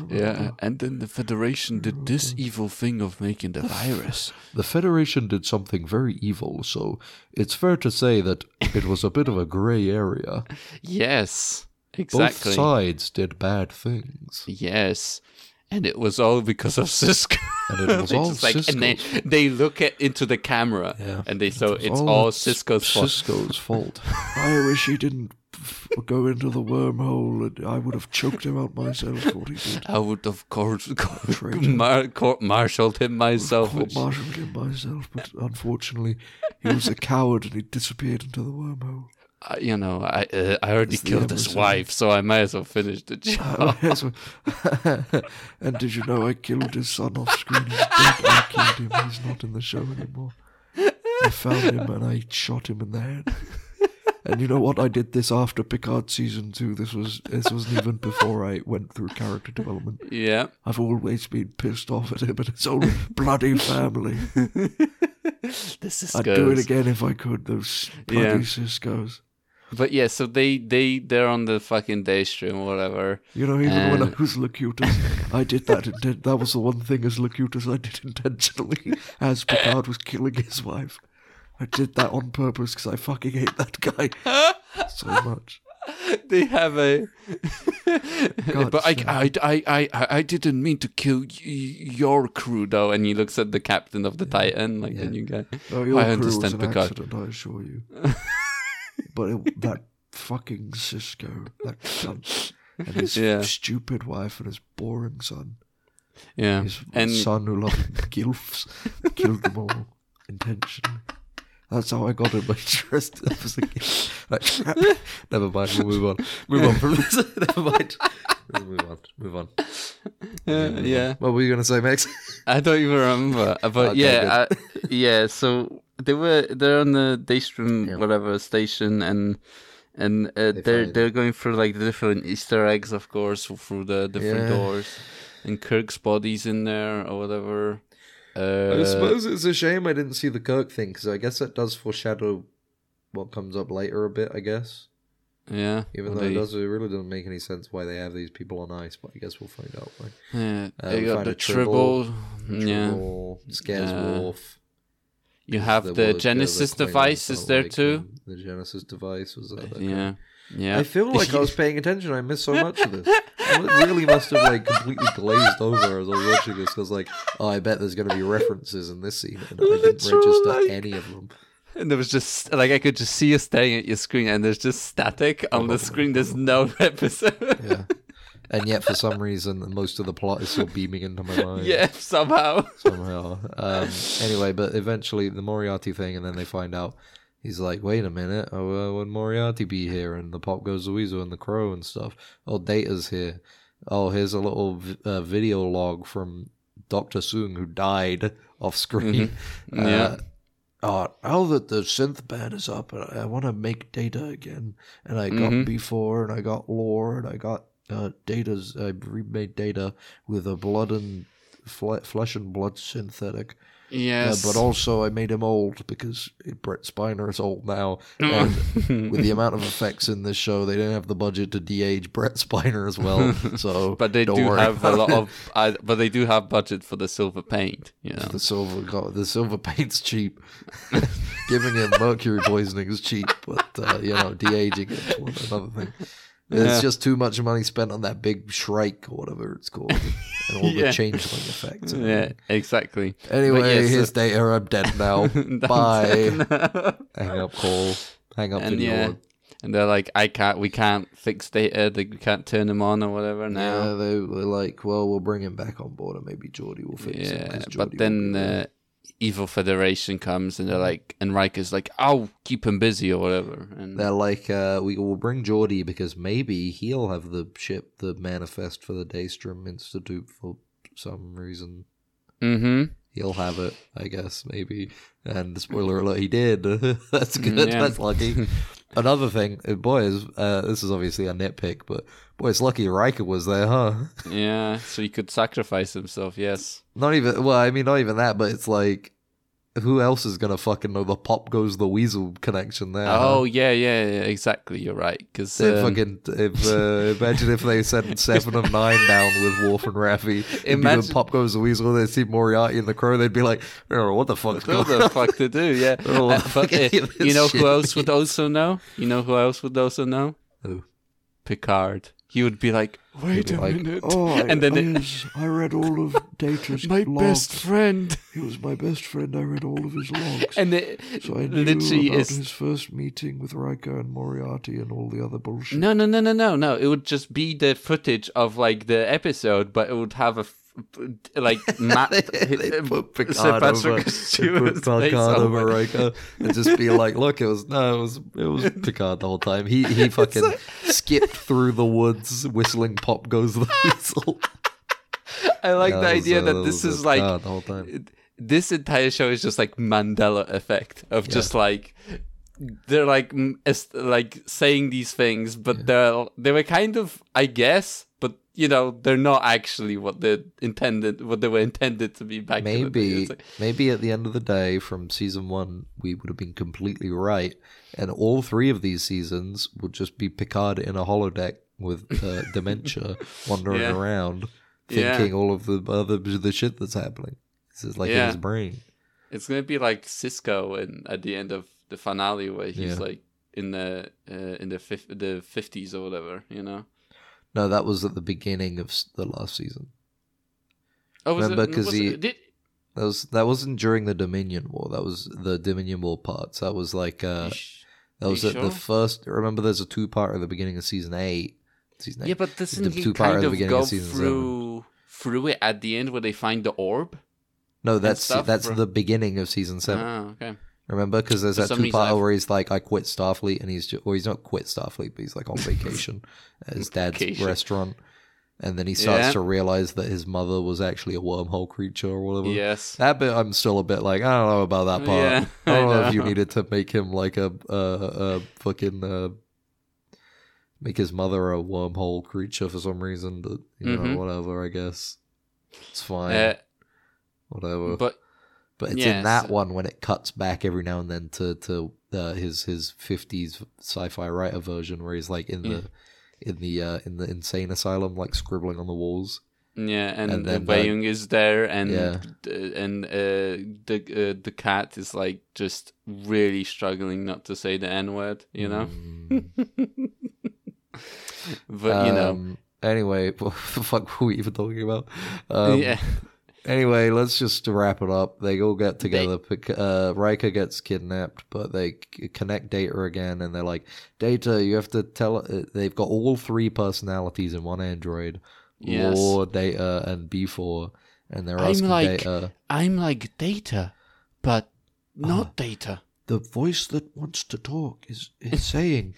Speaker 1: uh,
Speaker 4: yeah and then the federation did this evil thing of making the virus
Speaker 1: The Federation did something very evil, so it's fair to say that it was a bit of a grey area.
Speaker 4: Yes,
Speaker 1: Both
Speaker 4: exactly.
Speaker 1: sides did bad things,
Speaker 4: yes, and it was all because of <laughs> Cisco.
Speaker 1: <laughs> and it was
Speaker 4: They
Speaker 1: all
Speaker 4: just like- and they
Speaker 1: Sisko's
Speaker 4: they look at into the camera
Speaker 1: Yeah.
Speaker 4: and they so
Speaker 1: It's
Speaker 4: it's
Speaker 1: all
Speaker 4: all
Speaker 1: that's
Speaker 4: Cisco's fault.
Speaker 1: Cisco's <laughs> fault. I wish he didn't f- go into the wormhole, and I would have choked him out myself. What he did,
Speaker 4: I would have court, <laughs> court,
Speaker 1: Traitor.
Speaker 4: mar, court marshaled him myself.
Speaker 1: court
Speaker 4: which-
Speaker 1: martialed him myself. But unfortunately, he was a coward and he disappeared into the wormhole.
Speaker 4: I- you know, I uh, I already
Speaker 1: It's the Uh,
Speaker 4: killed his
Speaker 1: Amazon.
Speaker 4: wife, so I might as well finish the <laughs> job.
Speaker 1: Yes, well- <laughs> and did you know I killed his son off screen? He's dead. I killed him. He's not in the show anymore. I found him and I shot him in the head. And you know what? I did this after Picard season two. This was this wasn't even before I went through character development.
Speaker 4: yeah.
Speaker 1: I've always been pissed off at him and his whole bloody family.
Speaker 4: This is
Speaker 1: I'd do it again if I could. Those bloody
Speaker 4: Yeah.
Speaker 1: Cisco's.
Speaker 4: But yeah, so they they they're on the fucking day stream or whatever.
Speaker 1: You know, even when I
Speaker 4: And-
Speaker 1: was Locutus, I did that. Inten- that was the one thing as Locutus I did intentionally, as Picard was killing his wife. I did that on purpose because I fucking hate that <laughs> guy so much.
Speaker 4: they have a
Speaker 1: <laughs> God,
Speaker 4: but I,
Speaker 1: sure.
Speaker 4: I, I, I, I- I didn't mean to kill y- your crew though and he looks at the captain of the titan like
Speaker 1: Yeah.
Speaker 4: the new guy
Speaker 1: No, uh, your
Speaker 4: i
Speaker 1: crew was
Speaker 4: understand
Speaker 1: an
Speaker 4: because
Speaker 1: accident, I assure
Speaker 4: <laughs>
Speaker 1: you. but it, that fucking Cisco, that cunt, and his
Speaker 4: <laughs> Yeah.
Speaker 1: stupid wife and his boring son.
Speaker 4: Yeah.
Speaker 1: His
Speaker 4: And
Speaker 1: son who loved gilfs killed them all intentionally. That's how I got him. I dressed up as a gilf. Like, <laughs> never mind. We'll move on. Move on
Speaker 4: <laughs>
Speaker 1: from this. never mind. We'll move on. Move on.
Speaker 4: uh, yeah.
Speaker 1: What were you gonna say, Max?
Speaker 4: I don't
Speaker 1: <laughs>
Speaker 4: even remember. But
Speaker 1: Okay,
Speaker 4: yeah, I,
Speaker 1: <laughs>
Speaker 4: yeah. So they were they're on the Daystrom whatever station, and and uh, they are
Speaker 1: find-
Speaker 4: they're going through like the different Easter eggs, of course, through the different
Speaker 1: Yeah.
Speaker 4: doors, and Kirk's body's in there or whatever.
Speaker 1: I
Speaker 4: Uh,
Speaker 1: suppose it's a shame I didn't see the Kirk thing because I guess that does foreshadow what comes up later a bit. I guess,
Speaker 4: yeah,
Speaker 1: even
Speaker 4: well,
Speaker 1: though
Speaker 4: they-
Speaker 1: it does, it really doesn't make any sense why they have these people on ice. But I guess we'll find out. Right?
Speaker 4: yeah,
Speaker 1: uh,
Speaker 4: they
Speaker 1: we
Speaker 4: got
Speaker 1: find
Speaker 4: the
Speaker 1: a tribble,
Speaker 4: tribble. Yeah,
Speaker 1: Tribble, scares
Speaker 4: Yeah.
Speaker 1: Worf.
Speaker 4: you
Speaker 1: Because
Speaker 4: have
Speaker 1: there
Speaker 4: the
Speaker 1: was-
Speaker 4: Genesis
Speaker 1: there was a claim
Speaker 4: device
Speaker 1: about,
Speaker 4: is there
Speaker 1: like,
Speaker 4: too. Uh,
Speaker 1: The Genesis device was that. okay.
Speaker 4: Yeah, yeah.
Speaker 1: I feel like I
Speaker 4: <laughs>
Speaker 1: was paying attention. I missed so much of this. I really must have like completely glazed over as I was watching this because, like, oh, I bet there's going to be references in this scene, and I didn't
Speaker 4: Literal,
Speaker 1: register
Speaker 4: like-
Speaker 1: any of them.
Speaker 4: And there was just like I could just see you staring at your screen, and there's just static on the screen. There's no <laughs> episode.
Speaker 1: Yeah, and yet for some reason, most of the plot is still beaming into my mind.
Speaker 4: yeah, somehow.
Speaker 1: somehow. Um, anyway, but eventually the Moriarty thing, and then they find out he's like, wait a minute, oh, uh, would Moriarty be here? And the pop goes the weasel and the crow and stuff. Oh, Data's here. Oh, here's a little v- uh, video log from Doctor Soong who died off screen. Uh,
Speaker 4: Yeah.
Speaker 1: Oh, now that the synth ban is up, and I, I want to make data again. And I got
Speaker 4: Mhm.
Speaker 1: before, and I got lore, and I got uh, data's. I remade data with a blood and fle- flesh and blood synthetic. Uh,
Speaker 4: Yes. <laughs>
Speaker 1: but also, I made him old because Brett Spiner is old
Speaker 4: <laughs>
Speaker 1: now. And with the amount of effects in this show, they didn't have the budget to de-age Brett Spiner as
Speaker 4: <laughs>
Speaker 1: well. So,
Speaker 4: but they
Speaker 1: don't
Speaker 4: do
Speaker 1: worry
Speaker 4: have a
Speaker 1: about
Speaker 4: lot
Speaker 1: it.
Speaker 4: of. Uh, but they do have budget for the silver paint. You know.
Speaker 1: The silver, go- the silver <laughs> paint's cheap. Giving him mercury poisoning is cheap, but uh, you know, de aging is one- another thing. There's
Speaker 4: Yeah.
Speaker 1: just too much money spent on that big shrike or whatever it's called, and all
Speaker 4: <laughs> Yeah.
Speaker 1: the changeling effects.
Speaker 4: Yeah, exactly.
Speaker 1: Anyway,
Speaker 4: But yes,
Speaker 1: here's
Speaker 4: uh,
Speaker 1: data. I'm dead
Speaker 4: <laughs>
Speaker 1: now.
Speaker 4: that's
Speaker 1: Bye.
Speaker 4: it now.
Speaker 1: Hang up call. Hang up
Speaker 4: and
Speaker 1: video.
Speaker 4: yeah, and they're like, I can't. We can't fix data. They, we can't turn them on or whatever now.
Speaker 1: Yeah, they were like, well, we'll bring him back on board, and maybe Geordie will fix him.
Speaker 4: Yeah,
Speaker 1: 'cause Geordie
Speaker 4: but
Speaker 1: will
Speaker 4: then uh,
Speaker 1: be there.
Speaker 4: the evil federation comes
Speaker 1: Mm.
Speaker 4: and they're like, and Riker's like, "I'll keep him busy or whatever." And
Speaker 1: They're like, uh, we will bring Geordie because maybe he'll have the ship, the manifest for the Daystrom Institute for some reason.
Speaker 4: hmm
Speaker 1: He'll have it, I guess, maybe. And spoiler alert, he did. <laughs> That's good.
Speaker 4: Mm, yeah.
Speaker 1: That's
Speaker 4: <laughs>
Speaker 1: lucky. Another thing, uh, boy, is uh, this is obviously a nitpick, but boy, it's lucky Riker was there, huh? <laughs>
Speaker 4: yeah, so he could sacrifice himself. Yes,
Speaker 1: Not even, well, I mean, not even that, but it's like, who else is gonna fucking know the pop goes the weasel connection there? huh?
Speaker 4: Oh yeah, yeah, yeah, exactly. You're right. um, Because
Speaker 1: They Uh-huh. fucking if, uh, imagine if they
Speaker 4: <laughs>
Speaker 1: sent seven of nine down with Wolf and Raffi. Imagine
Speaker 4: Imagine-
Speaker 1: when Pop goes the weasel, they see Moriarty and the Crow, they'd be like, "Oh, what the fuck's
Speaker 4: what
Speaker 1: going
Speaker 4: the <laughs>
Speaker 1: on?"
Speaker 4: fuck to do?
Speaker 1: <laughs>
Speaker 4: Yeah,
Speaker 1: Oh,
Speaker 4: Uh, but
Speaker 1: okay,
Speaker 4: uh,
Speaker 1: this
Speaker 4: you know
Speaker 1: shit.
Speaker 4: who else would also know? You know who else would also know?
Speaker 1: Who?
Speaker 4: Picard. He would be like, "Wait a
Speaker 1: Like,
Speaker 4: minute,"
Speaker 1: oh, I,
Speaker 4: <laughs> and then
Speaker 1: I,
Speaker 4: it-
Speaker 1: I read all
Speaker 4: <laughs>
Speaker 1: of Data's
Speaker 4: my
Speaker 1: logs.
Speaker 4: best friend.
Speaker 1: He was my best friend. I read all of his logs.
Speaker 4: <laughs> And it
Speaker 1: <laughs> so I knew
Speaker 4: literally
Speaker 1: about
Speaker 4: is
Speaker 1: his first meeting with Riker and Moriarty and all the other bullshit.
Speaker 4: No, no, no, no, no, no. It would just be the footage of like the episode, but it would have a f-
Speaker 1: <laughs>
Speaker 4: like Matt
Speaker 1: they put Picard
Speaker 4: Sir
Speaker 1: over, <laughs>
Speaker 4: Patrick
Speaker 1: they
Speaker 4: Stewart's
Speaker 1: put
Speaker 4: face
Speaker 1: Picard
Speaker 4: on
Speaker 1: over
Speaker 4: it.
Speaker 1: Riker, and just be like, "Look, it was no, it was it
Speaker 4: <laughs>
Speaker 1: was Picard the whole time. He he fucking skipped through the woods, whistling "Pop Goes
Speaker 4: <laughs>
Speaker 1: the Weasel."
Speaker 4: I like
Speaker 1: Yeah,
Speaker 4: the
Speaker 1: that was,
Speaker 4: idea
Speaker 1: uh,
Speaker 4: that
Speaker 1: that
Speaker 4: this
Speaker 1: was
Speaker 4: is
Speaker 1: a
Speaker 4: like
Speaker 1: card the whole time.
Speaker 4: it- this entire show is just like Mandela effect of just like they're like mm, es- like saying these things, but they're they were kind of I guess, but you know they're not actually what they are intended what they were intended to be back. in the day.
Speaker 1: Maybe
Speaker 4: It's like-
Speaker 1: maybe at the end of the day, from season one, we would have been completely right, and all three of these seasons would just be Picard in a holodeck with uh,
Speaker 4: <laughs>
Speaker 1: dementia, wandering
Speaker 4: Yeah.
Speaker 1: around,
Speaker 4: Yeah.
Speaker 1: thinking all of the other the shit that's happening. This is like in
Speaker 4: Yeah.
Speaker 1: his brain.
Speaker 4: It's gonna be like Cisco and at the end of the finale where he's
Speaker 1: Yeah.
Speaker 4: like in the uh, in the fif- the fifties or whatever, you know.
Speaker 1: No, that was at the beginning of s- the last season.
Speaker 4: Oh, was
Speaker 1: Remember,
Speaker 4: it?
Speaker 1: 'cause
Speaker 4: was
Speaker 1: he-
Speaker 4: it- did,
Speaker 1: That was that wasn't during the Dominion War. That was the Dominion War parts. That was like uh, that
Speaker 4: you
Speaker 1: was at
Speaker 4: sure?
Speaker 1: the first. Remember, there's a two part at the beginning of season eight. Season eight.
Speaker 4: yeah, but doesn't
Speaker 1: the
Speaker 4: he
Speaker 1: two-parter at
Speaker 4: kind
Speaker 1: the
Speaker 4: of
Speaker 1: beginning
Speaker 4: go
Speaker 1: of season seven.
Speaker 4: through through it at the end where they find the orb?
Speaker 1: No, that's
Speaker 4: stuff
Speaker 1: that's
Speaker 4: from-
Speaker 1: the beginning of season seven.
Speaker 4: Ah, okay.
Speaker 1: Remember, because there's that
Speaker 4: Some
Speaker 1: two
Speaker 4: he's
Speaker 1: part
Speaker 4: like-
Speaker 1: where he's like, "I quit Starfleet," and he's just, well, he's not quit Starfleet, but he's
Speaker 4: <laughs>
Speaker 1: like on vacation at his dad's
Speaker 4: Vacation.
Speaker 1: restaurant, and then he starts
Speaker 4: Yeah.
Speaker 1: to realize that his mother was actually a wormhole creature or whatever.
Speaker 4: Yes.
Speaker 1: That bit, I'm still a bit like, I don't know about that part.
Speaker 4: Yeah,
Speaker 1: I don't
Speaker 4: I
Speaker 1: know, if you
Speaker 4: know.
Speaker 1: needed to make him like a a, a fucking uh, make his mother a wormhole creature for some reason, but you
Speaker 4: Mhm.
Speaker 1: know, whatever. I guess it's fine.
Speaker 4: Uh,
Speaker 1: whatever.
Speaker 4: but
Speaker 1: But it's in
Speaker 4: Yes.
Speaker 1: that one when it cuts back every now and then to to uh, his his fifties sci-fi writer version where he's like in the in the uh, in the insane asylum, like scribbling on the walls.
Speaker 4: yeah,
Speaker 1: And
Speaker 4: and, and
Speaker 1: then, like-
Speaker 4: Bayung is there, and
Speaker 1: Yeah.
Speaker 4: uh, and uh, the uh, the cat is like just really struggling not to say the n word, you know.
Speaker 1: Mm.
Speaker 4: But you know,
Speaker 1: Um, Anyway, <laughs> what the fuck were we even talking about? Um,
Speaker 4: yeah, <laughs>
Speaker 1: Anyway, let's just wrap it up. They all get together. pic- uh, Riker gets kidnapped, but they c- connect Data again, and they're like, "Data, you have to tell." uh, They've got all three personalities in one android:
Speaker 4: Yes.
Speaker 1: Lore, Data, and B4. And they're
Speaker 4: I'm
Speaker 1: asking
Speaker 4: like-
Speaker 1: Data,
Speaker 4: I'm like data, but not
Speaker 1: Ah.
Speaker 4: data.
Speaker 1: "The voice that wants to talk is is saying."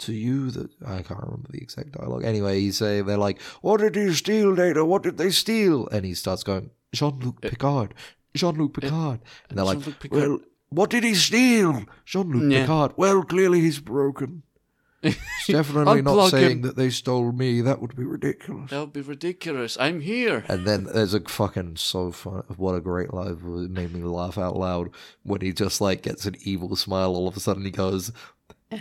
Speaker 1: To you, that I can't remember the exact dialogue. Anyway, he's saying they're like, "What did you steal, Data? What did they steal?" And he starts going, "Jean Luc Picard, Jean Luc Picard," and they're like,
Speaker 4: Jean-Luc Picard.
Speaker 1: Well, what did he steal? Jean Luc
Speaker 4: Yeah.
Speaker 1: Picard. Well, clearly he's
Speaker 4: <laughs>
Speaker 1: broken. It's definitely not
Speaker 4: Unplug
Speaker 1: saying
Speaker 4: him.
Speaker 1: that they stole me. That would be ridiculous.
Speaker 4: that would be ridiculous. I'm
Speaker 1: <laughs>
Speaker 4: here.
Speaker 1: And then there's a fucking so fun. What a great live. It made me laugh out loud when he just like gets an evil smile. All of a sudden he goes,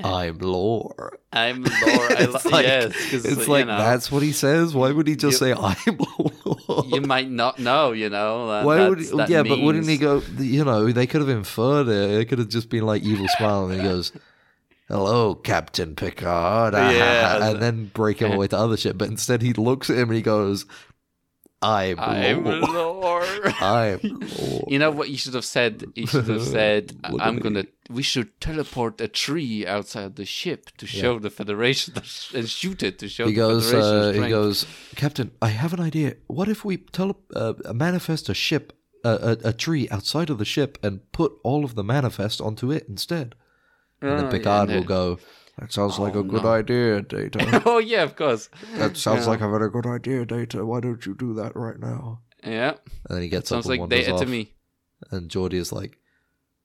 Speaker 1: I'm lore.
Speaker 4: I'm Laura. I
Speaker 1: <laughs> It's
Speaker 4: li-
Speaker 1: like-
Speaker 4: yes, 'cause,
Speaker 1: It's
Speaker 4: you
Speaker 1: like
Speaker 4: know,
Speaker 1: that's what he says. Why would he just say,
Speaker 4: You-
Speaker 1: I'm lore?
Speaker 4: <laughs> you might not know. You know.
Speaker 1: <laughs>
Speaker 4: That,
Speaker 1: Why would
Speaker 4: that's- that
Speaker 1: yeah? But wouldn't he
Speaker 4: means-
Speaker 1: go? You know, they could have inferred it. It could have just been like evil smile, and
Speaker 4: <laughs>
Speaker 1: he goes, "Hello, Captain Picard," Ah,
Speaker 4: Yeah.
Speaker 1: and then break him away to other shit. But instead, he looks at him and he goes, "I'm,
Speaker 4: I'm
Speaker 1: Lord.
Speaker 4: Laura.
Speaker 1: I'm Lord."
Speaker 4: <laughs> You know what you should have said? You
Speaker 1: <laughs>
Speaker 4: should have said,
Speaker 1: Look
Speaker 4: "I'm
Speaker 1: at
Speaker 4: gonna. We should teleport a tree outside the ship to show the Federation <laughs> and shoot it to show
Speaker 1: He
Speaker 4: the
Speaker 1: goes.
Speaker 4: Federation."
Speaker 1: Uh, he
Speaker 4: strength."
Speaker 1: goes. Captain, I have an idea. What if we tele- uh, manifest a ship, uh, a, a tree outside of the ship, and put all of the manifest onto it instead? And
Speaker 4: Oh,
Speaker 1: then
Speaker 4: yeah,
Speaker 1: Picard
Speaker 4: no.
Speaker 1: will go. That sounds like
Speaker 4: Oh,
Speaker 1: a good
Speaker 4: no.
Speaker 1: idea, Data.
Speaker 4: <laughs> Oh yeah, of course.
Speaker 1: That sounds
Speaker 4: Yeah.
Speaker 1: like a very good idea, Data. Why don't you do that right now?
Speaker 4: Yeah,
Speaker 1: And then he gets
Speaker 4: sounds
Speaker 1: up and
Speaker 4: like
Speaker 1: wanders
Speaker 4: data to
Speaker 1: off,
Speaker 4: me.
Speaker 1: And Geordie is like,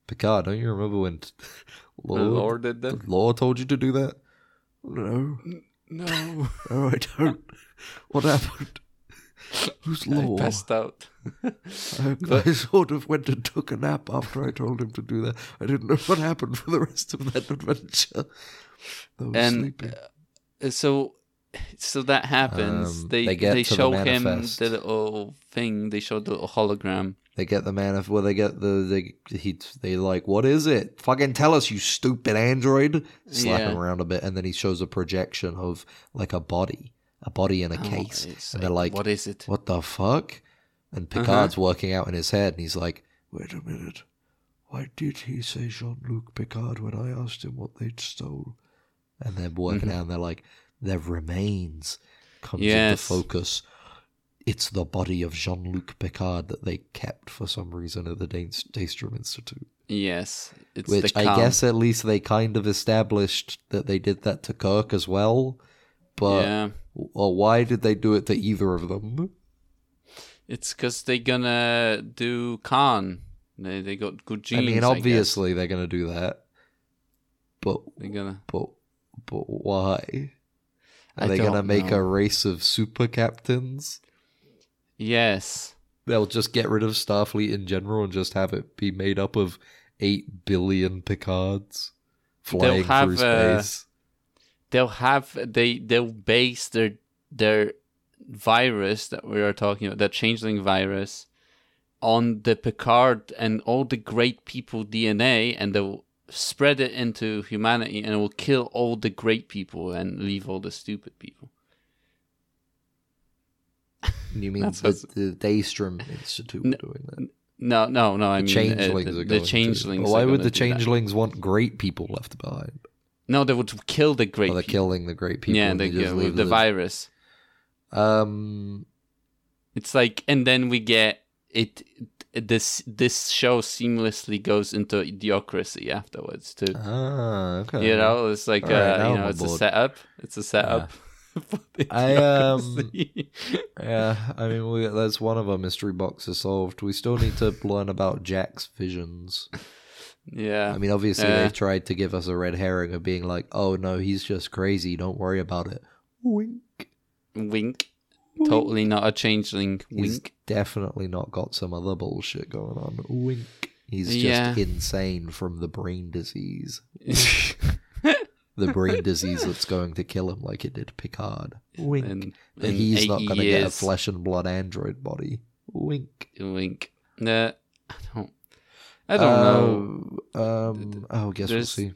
Speaker 1: Picard, don't you remember when <laughs>
Speaker 4: The Laura
Speaker 1: Lord, <laughs>
Speaker 4: did that.
Speaker 1: Law told you to do that? No,
Speaker 4: No, <laughs>
Speaker 1: no, Oh, I don't. what happened? Who's
Speaker 4: I
Speaker 1: Law?
Speaker 4: passed out.
Speaker 1: I, I sort of went and took a nap after I told him to do that. I didn't know what happened for the rest of that adventure. I was
Speaker 4: and
Speaker 1: sleeping.
Speaker 4: uh, so so that happens
Speaker 1: Um,
Speaker 4: they
Speaker 1: they
Speaker 4: they,
Speaker 1: get to the
Speaker 4: show him
Speaker 1: manifest.
Speaker 4: the little thing they show the little hologram
Speaker 1: They get the man of well, they get the they he they like what is it? Fucking tell us, you stupid android! Slap him
Speaker 4: Yeah.
Speaker 1: around a bit, and then he shows a projection of like a body, a body in a
Speaker 4: Oh,
Speaker 1: case,
Speaker 4: it's
Speaker 1: and they're like,
Speaker 4: what
Speaker 1: what,
Speaker 4: is it
Speaker 1: the fuck? And
Speaker 4: Uh-huh.
Speaker 1: Picard's working out in his head, and he's like, wait a minute, why did he say Jean Luc Picard when I asked him what they'd stole? And they're working
Speaker 4: Mhm.
Speaker 1: out, and they're like, their remains comes into
Speaker 4: Yes.
Speaker 1: focus it's the body of Jean Luc Picard that they kept for some reason at the Dan- Daystrom Institute.
Speaker 4: yes it's
Speaker 1: Which
Speaker 4: the
Speaker 1: I
Speaker 4: calm.
Speaker 1: guess at least they kind of established that they did that to Kirk as well. But
Speaker 4: yeah
Speaker 1: well, why did they do it to either of them?
Speaker 4: it's because they're gonna do khan they, they got good genes
Speaker 1: I mean,
Speaker 4: guess.
Speaker 1: obviously they're going to do that. But
Speaker 4: they're gonna
Speaker 1: but but why? Are
Speaker 4: I
Speaker 1: they going to
Speaker 4: don't
Speaker 1: make
Speaker 4: know.
Speaker 1: a race of super captains?
Speaker 4: yes
Speaker 1: They'll just get rid of Starfleet in general and just have it be made up of eight billion Picards flying
Speaker 4: have,
Speaker 1: through
Speaker 4: uh,
Speaker 1: space.
Speaker 4: they'll have they they'll base their their virus that we are talking about that changeling virus on the picard and all the great people dna and they'll spread it into humanity and it will kill all the great people and leave all the stupid people
Speaker 1: You mean
Speaker 4: That's
Speaker 1: the,
Speaker 4: what's-
Speaker 1: the Daystrom Institute
Speaker 4: N-
Speaker 1: doing that?
Speaker 4: no no no i
Speaker 1: the
Speaker 4: mean uh,
Speaker 1: changelings
Speaker 4: the,
Speaker 1: are
Speaker 4: the
Speaker 1: going to.
Speaker 4: changelings
Speaker 1: Why
Speaker 4: are
Speaker 1: would
Speaker 4: gonna
Speaker 1: the
Speaker 4: do that.
Speaker 1: changelings want great people left behind?
Speaker 4: no they would kill the great
Speaker 1: Are they
Speaker 4: people
Speaker 1: killing the great people?
Speaker 4: yeah
Speaker 1: and
Speaker 4: they
Speaker 1: you just
Speaker 4: kill
Speaker 1: leave
Speaker 4: with the virus
Speaker 1: Um,
Speaker 4: It's like, and then we get it. This this show seamlessly goes into idiocracy afterwards too.
Speaker 1: Ah, okay.
Speaker 4: You know, it's like
Speaker 1: All right,
Speaker 4: uh,
Speaker 1: now
Speaker 4: you
Speaker 1: I'm
Speaker 4: know,
Speaker 1: on
Speaker 4: it's a
Speaker 1: board.
Speaker 4: setup. It's a setup. <laughs> for the
Speaker 1: I, um,
Speaker 4: idiocracy.
Speaker 1: Yeah, I mean, we, that's one of our mystery boxes solved. We still need to <laughs> learn about Jack's visions.
Speaker 4: yeah.
Speaker 1: I mean, obviously,
Speaker 4: Yeah.
Speaker 1: they tried to give us a red herring of being like, oh no, he's just crazy. Don't worry about it. Wink.
Speaker 4: wink. Totally not a changeling.
Speaker 1: He's
Speaker 4: Wink.
Speaker 1: definitely not got some other bullshit going on. Wink. He's just
Speaker 4: Yeah.
Speaker 1: insane from the brain disease. The brain disease that's going to kill him like it did Picard. Wink.
Speaker 4: <laughs> And
Speaker 1: that he's not going to get a
Speaker 4: years,
Speaker 1: flesh and blood android body. Wink.
Speaker 4: Wink. Nah, I don't. I don't know.
Speaker 1: know. Um, oh, I guess
Speaker 4: There's-
Speaker 1: we'll see.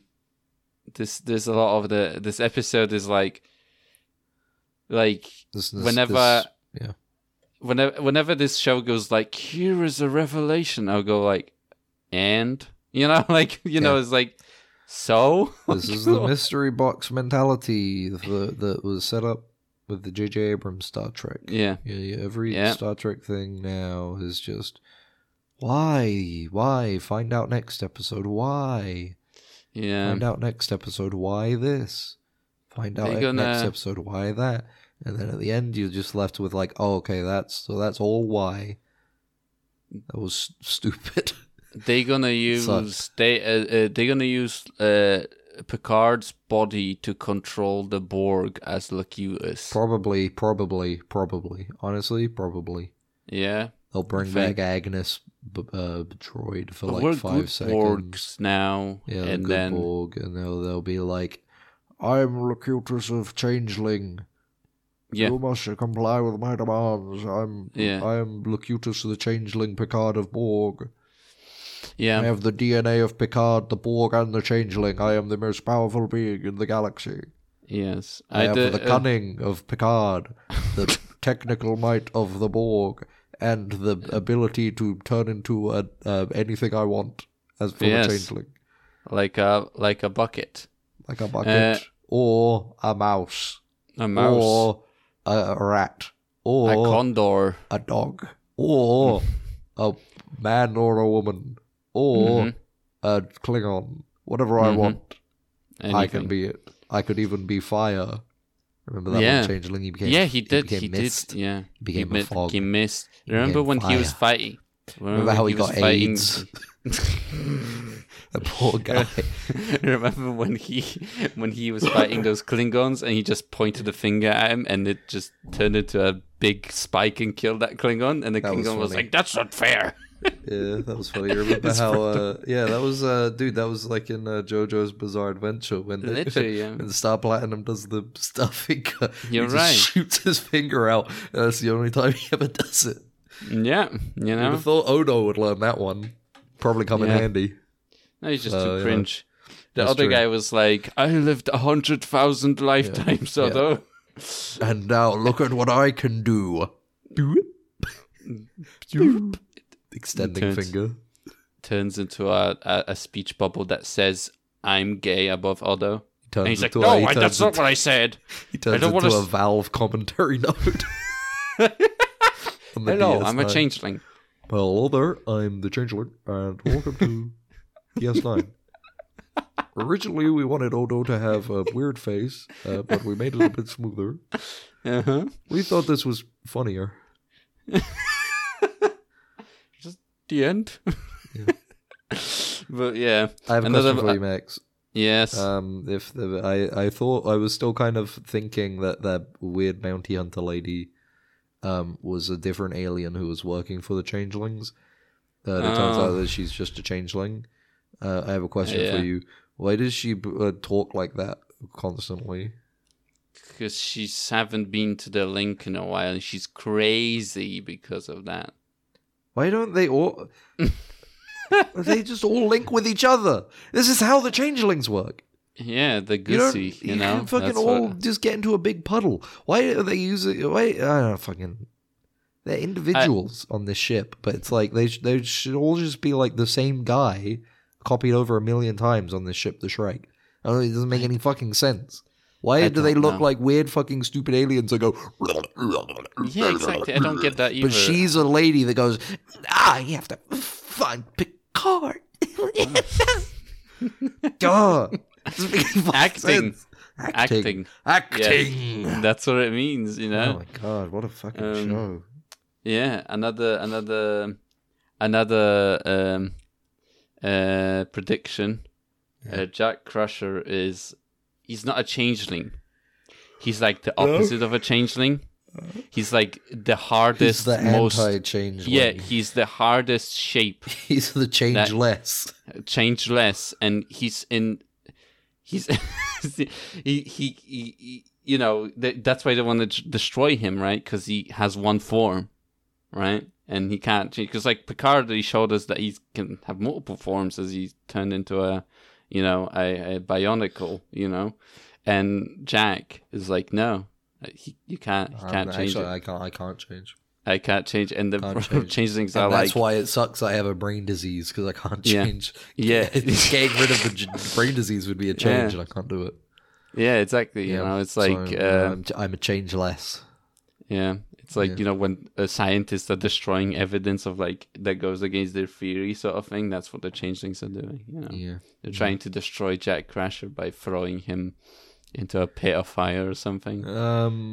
Speaker 4: This there's a lot of the this episode is like, like
Speaker 1: This, this,
Speaker 4: <laughs> whenever-
Speaker 1: this- yeah.
Speaker 4: whenever whenever this show goes like here is a revelation, I'll go like, and you know <laughs> like you know
Speaker 1: Yeah.
Speaker 4: it's like so
Speaker 1: This is the mystery box mentality that, that was set up with the J.J. Abrams Star Trek.
Speaker 4: yeah
Speaker 1: Yeah, yeah, every
Speaker 4: Yeah.
Speaker 1: Star Trek thing now is just why, why? Find out next episode. Why?
Speaker 4: yeah
Speaker 1: Find out next episode. Why this? Find out
Speaker 4: They're
Speaker 1: e- next
Speaker 4: gonna-
Speaker 1: episode. Why that? And then at the end, you're just left with like, oh, okay, that's so that's all why. That was stupid.
Speaker 4: they gonna use
Speaker 1: Sucks.
Speaker 4: they uh, uh, they gonna use uh Picard's body to control the Borg as Locutus.
Speaker 1: Probably, probably, probably. Honestly, probably.
Speaker 4: yeah,
Speaker 1: They'll bring
Speaker 4: Think-
Speaker 1: back Agnes b- uh, droid for
Speaker 4: But
Speaker 1: like
Speaker 4: we're
Speaker 1: five
Speaker 4: good
Speaker 1: seconds.
Speaker 4: Borgs now,
Speaker 1: Yeah, the
Speaker 4: and
Speaker 1: good
Speaker 4: then
Speaker 1: Borg, and they'll, they'll be like, I'm Locutus of Changeling.
Speaker 4: yeah,
Speaker 1: You must comply with my demands. I'm
Speaker 4: Yeah.
Speaker 1: I'm Locutus the Changeling Picard of Borg. I
Speaker 4: yeah,
Speaker 1: have the DNA of Picard, the Borg, and the Changeling. I am the most powerful being in the galaxy.
Speaker 4: yes.
Speaker 1: I, have
Speaker 4: d-
Speaker 1: the
Speaker 4: uh,
Speaker 1: cunning of Picard,
Speaker 4: <laughs>
Speaker 1: the technical might of the Borg, and the ability to turn into a, uh, anything I want as for
Speaker 4: Yes.
Speaker 1: a changeling,
Speaker 4: like a like a bucket,
Speaker 1: like a bucket
Speaker 4: Uh,
Speaker 1: or a mouse,
Speaker 4: a mouse,
Speaker 1: or a rat, or
Speaker 4: a
Speaker 1: a,
Speaker 4: condor.
Speaker 1: dog, or a man or a woman, or
Speaker 4: Mhm.
Speaker 1: a Klingon. Whatever I
Speaker 4: Mhm.
Speaker 1: want, I can
Speaker 4: anything.
Speaker 1: be it. I could even be fire. Remember that
Speaker 4: Yeah.
Speaker 1: one changeling he became?
Speaker 4: Yeah, he did. He,
Speaker 1: became
Speaker 4: did.
Speaker 1: mist. <laughs>
Speaker 4: Yeah,
Speaker 1: became
Speaker 4: he,
Speaker 1: a
Speaker 4: mi-
Speaker 1: fog.
Speaker 4: he missed. Remember
Speaker 1: became
Speaker 4: when he was
Speaker 1: fire.
Speaker 4: fighting?
Speaker 1: Remember how he
Speaker 4: was
Speaker 1: got
Speaker 4: fighting-
Speaker 1: AIDS?
Speaker 4: <laughs>
Speaker 1: the poor guy.
Speaker 4: Remember when he when he was fighting those Klingons and he just pointed a finger at him and it just turned into a big spike and killed that Klingon and the
Speaker 1: That was
Speaker 4: Klingon was,
Speaker 1: funny.
Speaker 4: like, "That's not fair."
Speaker 1: yeah, that was
Speaker 4: <laughs>
Speaker 1: funny. Remember how? Uh, yeah, that was uh, dude. That was like in uh, JoJo's Bizarre Adventure when <laughs>
Speaker 4: Literally, yeah.
Speaker 1: when Star Platinum does the star finger.
Speaker 4: You're
Speaker 1: he just
Speaker 4: right.
Speaker 1: shoots his finger out. And that's the only time he ever does it.
Speaker 4: Yeah, you
Speaker 1: I
Speaker 4: know,
Speaker 1: thought Odo would learn that one. Probably come
Speaker 4: Yeah.
Speaker 1: in handy.
Speaker 4: no, he's just
Speaker 1: Oh,
Speaker 4: too
Speaker 1: yeah.
Speaker 4: cringe. The
Speaker 1: That's
Speaker 4: other
Speaker 1: true.
Speaker 4: guy was like, "I lived a hundred thousand lifetimes,
Speaker 1: Yeah.
Speaker 4: although
Speaker 1: And now look at what I can do.
Speaker 4: <laughs>
Speaker 1: Extending
Speaker 4: Intense.
Speaker 1: finger.
Speaker 4: turns into a, a a speech bubble that says." I'm gay above Otto.
Speaker 1: He turns
Speaker 4: And he's like,
Speaker 1: into a-
Speaker 4: no,
Speaker 1: he
Speaker 4: I,
Speaker 1: turns
Speaker 4: that's not
Speaker 1: into-
Speaker 4: what I said.
Speaker 1: He turns
Speaker 4: don't
Speaker 1: into
Speaker 4: wanna
Speaker 1: a
Speaker 4: s-
Speaker 1: Valve commentary <laughs>
Speaker 4: <laughs>
Speaker 1: note. On the
Speaker 4: Hello,
Speaker 1: DS9.
Speaker 4: I'm a changeling.
Speaker 1: Hello there, I'm the Changeling, and welcome to DS9. Originally, we wanted Odo to have a weird face, uh, but we made it a bit smoother.
Speaker 4: Uh-huh.
Speaker 1: We thought this was funnier.
Speaker 4: The end. <laughs>
Speaker 1: Yeah.
Speaker 4: but yeah,
Speaker 1: I have a
Speaker 4: Another-
Speaker 1: question for you, Max.
Speaker 4: yes.
Speaker 1: Um, if the, I, I thought I was still kind of thinking that that weird bounty hunter lady, um, was a different alien who was working for the changelings. Uh, it turns
Speaker 4: Oh.
Speaker 1: out that she's just a changeling. Uh, I have a question
Speaker 4: Yeah.
Speaker 1: for you. Why does she b- uh, talk like that constantly?
Speaker 4: because she's haven't been to the link in a while and she's crazy because of that
Speaker 1: Why don't they
Speaker 4: <laughs>
Speaker 1: all? they just all link with each other. This is how the changelings work.
Speaker 4: yeah the
Speaker 1: You don't.
Speaker 4: goosey you,
Speaker 1: you
Speaker 4: know
Speaker 1: can fucking
Speaker 4: That's
Speaker 1: all
Speaker 4: what-
Speaker 1: just get into a big puddle. Why are they using? Why I don't know, fucking. They're individuals on this ship, but it's like they sh- they should all just be like the same guy, copied over a million times on this ship, the Shrike. I don't know, it doesn't make any fucking sense. Why
Speaker 4: I
Speaker 1: do they
Speaker 4: don't
Speaker 1: look
Speaker 4: know.
Speaker 1: like weird fucking stupid aliens that go
Speaker 4: Yeah, exactly. I don't get that either.
Speaker 1: But she's a lady that goes, ah, you have to find
Speaker 4: <laughs>
Speaker 1: Picard. <laughs> Duh. Doesn't make any fucking
Speaker 4: acting.
Speaker 1: sense.
Speaker 4: Acting.
Speaker 1: Acting.
Speaker 4: That's what it means, you know.
Speaker 1: Oh my god, what a fucking
Speaker 4: Um,
Speaker 1: show.
Speaker 4: Yeah, another another another um uh prediction. Uh, Jack Crusher is he's not a changeling. He's like the opposite of a changeling. He's like the
Speaker 1: He's
Speaker 4: hardest
Speaker 1: the
Speaker 4: most
Speaker 1: anti-change.
Speaker 4: Yeah, he's the hardest
Speaker 1: <laughs>
Speaker 4: shape
Speaker 1: he's the changeless.
Speaker 4: changeless and he's in he's <laughs> he, he, he he you know th- that's why they want to j- destroy him right because he has one form right and he can't change because like picard he showed us that he can have multiple forms as he's turned into a you know a, a bionicle you know and jack is like no uh, he, you can't he
Speaker 1: Um,
Speaker 4: can't change
Speaker 1: actually,
Speaker 4: it.
Speaker 1: I can't. I can't change.
Speaker 4: I, can't change and the <laughs>
Speaker 1: Can't
Speaker 4: change.
Speaker 1: change.
Speaker 4: things are
Speaker 1: And
Speaker 4: like
Speaker 1: that's why it sucks. I have a brain disease because I can't
Speaker 4: Yeah.
Speaker 1: change.
Speaker 4: <laughs> Yeah.
Speaker 1: <laughs> getting rid of the j- brain disease would be a change, and I can't do it.
Speaker 4: yeah exactly you
Speaker 1: Yeah,
Speaker 4: know it's
Speaker 1: So,
Speaker 4: like
Speaker 1: yeah,
Speaker 4: um,
Speaker 1: I'm, ch- I'm a changeless.
Speaker 4: Yeah, it's like you know when uh, scientists are destroying evidence of like that goes against their theory, sort of thing. That's what the changelings are doing. You know,
Speaker 1: Yeah.
Speaker 4: they're trying to destroy Jack Crasher by throwing him into a pit of fire or
Speaker 1: Uh,
Speaker 4: something.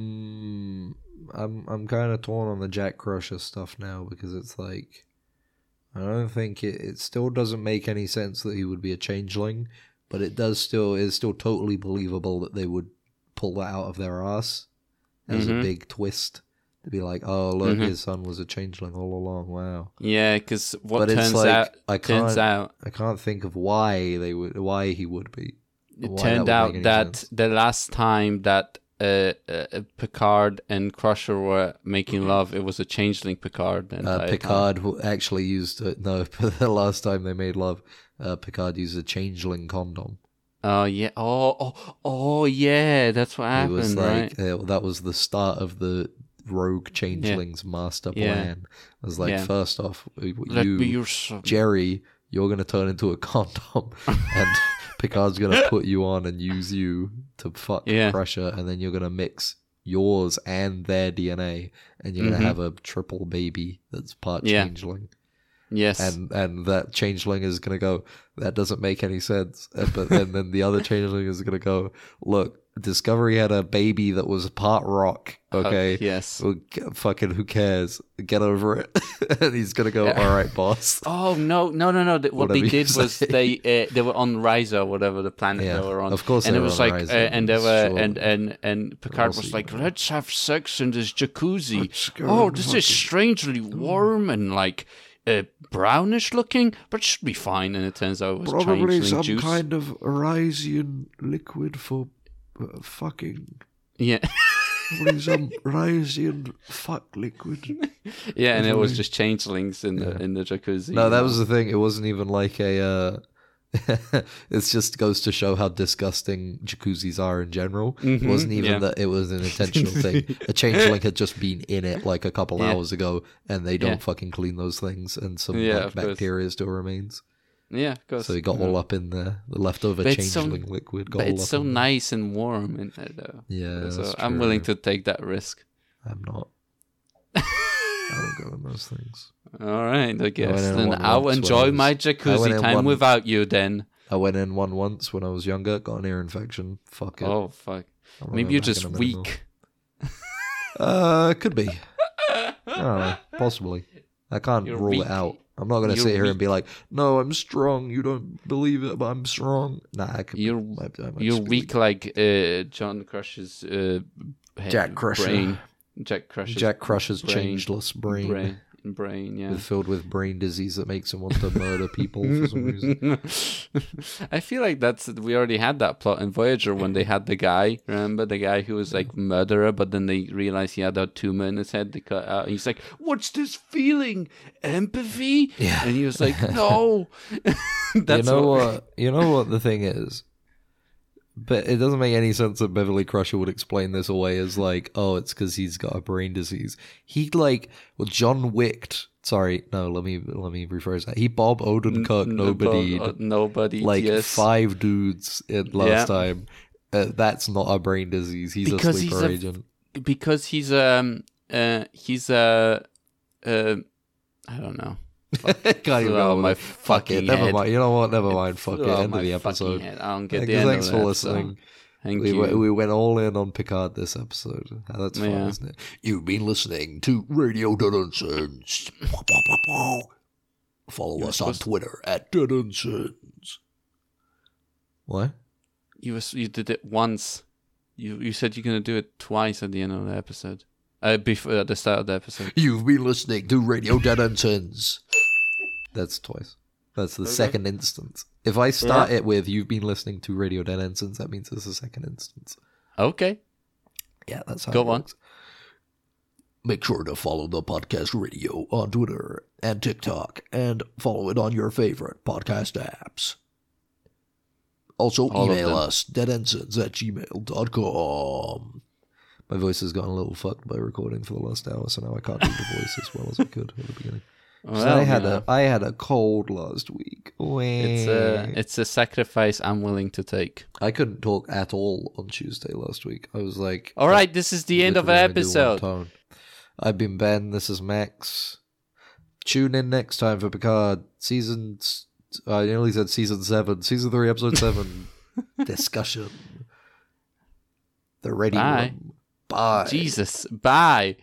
Speaker 1: Um, I'm I'm kind of torn on the Jack Crusher stuff now because it's like, I don't think it. It still doesn't make any sense that he would be a changeling, but it does still is still totally believable that they would pull that out of their ass as
Speaker 4: Mhm.
Speaker 1: a big twist to be like, oh look,
Speaker 4: Mhm.
Speaker 1: his son was a changeling all along. Wow.
Speaker 4: Yeah, because what
Speaker 1: but it's
Speaker 4: turns
Speaker 1: like
Speaker 4: out
Speaker 1: I
Speaker 4: turns
Speaker 1: can't-
Speaker 4: out
Speaker 1: I can't think of why they would why he would be.
Speaker 4: it
Speaker 1: why that
Speaker 4: turned
Speaker 1: would make
Speaker 4: out
Speaker 1: any
Speaker 4: that
Speaker 1: sense.
Speaker 4: the last time that uh, uh, uh, Picard and Crusher were making love, it was a changeling Picard. the
Speaker 1: Uh,
Speaker 4: entire time.
Speaker 1: Picard who actually used a, no. The <laughs> last time they made love, uh, Picard used a changeling condom.
Speaker 4: Oh yeah. Oh oh oh yeah. That's what
Speaker 1: It
Speaker 4: happened.
Speaker 1: was
Speaker 4: right?
Speaker 1: like uh, that was the start of the rogue changelings master
Speaker 4: Yeah.
Speaker 1: plan. It was like
Speaker 4: Yeah.
Speaker 1: first off, you
Speaker 4: Let me use-
Speaker 1: Jerry, you're gonna turn into a <laughs> condom,
Speaker 4: <laughs>
Speaker 1: and Picard's gonna put you on and use you to fuck
Speaker 4: Yeah.
Speaker 1: Crusher, and then you're gonna mix yours and their DNA, and you're
Speaker 4: Mhm.
Speaker 1: gonna have a triple baby that's part
Speaker 4: Yeah.
Speaker 1: changeling.
Speaker 4: Yes.
Speaker 1: and and that changeling is gonna go that doesn't make any sense Uh, but then then the other changeling is gonna go look discovery had a baby that was part rock
Speaker 4: Uh,
Speaker 1: okay
Speaker 4: yes.
Speaker 1: Well, g- fucking who cares get over it <laughs> and he's gonna go
Speaker 4: Yeah.
Speaker 1: all right boss
Speaker 4: Oh no, no, no, no! Th- What
Speaker 1: Whatever
Speaker 4: they
Speaker 1: you <laughs>
Speaker 4: did was
Speaker 1: say.
Speaker 4: they uh, they were on Risa, whatever the planet
Speaker 1: Yeah,
Speaker 4: they were on.
Speaker 1: of course
Speaker 4: <laughs> and
Speaker 1: they
Speaker 4: it
Speaker 1: were
Speaker 4: was
Speaker 1: on
Speaker 4: like,
Speaker 1: Risa,
Speaker 4: uh, and they were,
Speaker 1: sure.
Speaker 4: and uh, and and Picard
Speaker 1: course
Speaker 4: was
Speaker 1: you
Speaker 4: like,
Speaker 1: were.
Speaker 4: "Let's have sex in this jacuzzi.
Speaker 1: Let's go
Speaker 4: Oh,
Speaker 1: and
Speaker 4: this
Speaker 1: fuck
Speaker 4: is
Speaker 1: it."
Speaker 4: strangely warm and like uh, brownish looking, but should be fine." And it turns out it was changeling juice.
Speaker 1: of Rysian liquid for uh, fucking
Speaker 4: Yeah, <laughs>
Speaker 1: probably some Rysian fuck liquid
Speaker 4: yeah, and it was just changelings in the in the jacuzzi.
Speaker 1: No, that
Speaker 4: you
Speaker 1: was the thing. It wasn't even like a. Uh, <laughs> it just goes to show how disgusting jacuzzis are in general.
Speaker 4: Mhm,
Speaker 1: it wasn't even
Speaker 4: yeah.
Speaker 1: that it was
Speaker 4: <laughs>
Speaker 1: an intentional thing. A changeling had just been in it like a couple
Speaker 4: Yeah.
Speaker 1: hours ago, and they don't
Speaker 4: Yeah.
Speaker 1: fucking clean those things, and some
Speaker 4: Yeah,
Speaker 1: like,
Speaker 4: of course.
Speaker 1: bacteria still remains.
Speaker 4: know? yeah, of course.
Speaker 1: So it got
Speaker 4: Yeah.
Speaker 1: all up in there. The leftover
Speaker 4: But it's so-
Speaker 1: changeling liquid got
Speaker 4: but
Speaker 1: all
Speaker 4: it's
Speaker 1: up
Speaker 4: so
Speaker 1: in there.
Speaker 4: nice and warm in there, though.
Speaker 1: Yeah,
Speaker 4: so
Speaker 1: that's
Speaker 4: I'm willing
Speaker 1: true.
Speaker 4: to take
Speaker 1: <laughs>
Speaker 4: that risk. <laughs>
Speaker 1: I'm not. I don't go in those things.
Speaker 4: All right, I guess
Speaker 1: in
Speaker 4: then
Speaker 1: one
Speaker 4: I'll
Speaker 1: once when I
Speaker 4: enjoy
Speaker 1: was-
Speaker 4: my
Speaker 1: I went
Speaker 4: jacuzzi
Speaker 1: in
Speaker 4: time
Speaker 1: one-
Speaker 4: without you. Then
Speaker 1: I went in one once when I was younger, got an ear infection. Fuck it.
Speaker 4: oh fuck,
Speaker 1: I'm not
Speaker 4: maybe
Speaker 1: going
Speaker 4: you're
Speaker 1: back in
Speaker 4: just
Speaker 1: them anymore. <laughs>
Speaker 4: weak.
Speaker 1: Uh, could be. I don't
Speaker 4: <laughs>
Speaker 1: know. Possibly. I can't
Speaker 4: You're
Speaker 1: rule
Speaker 4: weak.
Speaker 1: it out. I'm not gonna
Speaker 4: You're
Speaker 1: sit here and be like, "No, I'm strong." You don't believe it, but I'm strong. Nah, I could.
Speaker 4: You're-
Speaker 1: might- I might
Speaker 4: You're
Speaker 1: just be
Speaker 4: weak like uh, John Crush's uh, head-
Speaker 1: Jack Crusher.
Speaker 4: brain. Jack Crusher's
Speaker 1: Jack Crusher's
Speaker 4: brain-
Speaker 1: changeless brain,
Speaker 4: brain. Brain, yeah.
Speaker 1: with- filled with brain disease that makes him want to murder
Speaker 4: <laughs>
Speaker 1: people for some reason.
Speaker 4: I feel like that's we already had that plot in Voyager when they had the guy. Remember the guy who was like murderer, but then they realized he had a tumor in his head. They cut out. He's like, "What's this feeling? Empathy?"
Speaker 1: Yeah.
Speaker 4: And he
Speaker 1: <laughs>
Speaker 4: was like, "No." <laughs>
Speaker 1: you
Speaker 4: that's
Speaker 1: know
Speaker 4: what,
Speaker 1: what? You know what the thing is. But it doesn't make any sense that Beverly Crusher would explain this away as like, oh, it's because he's got a brain disease. He like, well, John Wick. Sorry, no, let me let me rephrase that. He Bob Odenkirk, nobody,
Speaker 4: Nobody. Nobody.
Speaker 1: like
Speaker 4: uh, yes.
Speaker 1: five dudes in last
Speaker 4: Yeah.
Speaker 1: time. Uh, that's not a brain disease. He's
Speaker 4: Because
Speaker 1: a
Speaker 4: he's
Speaker 1: sleeper
Speaker 4: a-
Speaker 1: agent.
Speaker 4: because he's um uh, he's a, uh, uh, I don't know.
Speaker 1: <laughs> Can't even
Speaker 4: Flew out
Speaker 1: remember.
Speaker 4: Oh, my
Speaker 1: fuck it.
Speaker 4: fucking
Speaker 1: Never
Speaker 4: head.
Speaker 1: mind. You know what? Never mind. Fuck
Speaker 4: Flew
Speaker 1: it.
Speaker 4: out
Speaker 1: End
Speaker 4: Oh, my
Speaker 1: of the
Speaker 4: fucking
Speaker 1: episode.
Speaker 4: head. I don't get the
Speaker 1: Thanks-
Speaker 4: end
Speaker 1: thanks
Speaker 4: of
Speaker 1: for
Speaker 4: that,
Speaker 1: listening.
Speaker 4: So. Thank
Speaker 1: We
Speaker 4: you.
Speaker 1: went, we went all in on Picard this episode. That's fun,
Speaker 4: Yeah.
Speaker 1: isn't it? You've been listening to Radio Dunsense. Follow
Speaker 4: You're
Speaker 1: us on
Speaker 4: supposed-
Speaker 1: Twitter at Dunsense. What?
Speaker 4: You was, you did it once. You you said you're gonna do it twice at the end of the episode. Uh, before at the start of the episode.
Speaker 1: You've been listening to Radio Dunsense. That's twice. That's the
Speaker 4: Okay.
Speaker 1: second instance. If I start it with "You've been listening to Radio Dead Ensigns," that means it's the second instance.
Speaker 4: Okay.
Speaker 1: Yeah, that's how
Speaker 4: Go
Speaker 1: it
Speaker 4: on.
Speaker 1: works. Make sure to follow the podcast radio on Twitter and TikTok and follow it on your favorite podcast apps. Also,
Speaker 4: All of
Speaker 1: email
Speaker 4: them.
Speaker 1: us deadensigns at gmail.com. My voice has gotten a little fucked by recording for the last hour, so now I can't do the voice as well as I could at the beginning.
Speaker 4: <laughs> Well,
Speaker 1: I had
Speaker 4: you know,
Speaker 1: a I had a cold last week.
Speaker 4: It's uh, a it's a sacrifice I'm willing to take.
Speaker 1: I couldn't talk at all on Tuesday last week. I was like,
Speaker 4: All right, this is the end of an
Speaker 1: Literally only do one
Speaker 4: episode.
Speaker 1: tone. I've been Ben. This is Max. Tune in next time for Picard season. s- I nearly said season seven, season three, episode
Speaker 4: <laughs>
Speaker 1: seven discussion. The ready
Speaker 4: Bye.
Speaker 1: room. Bye.
Speaker 4: Jesus, bye.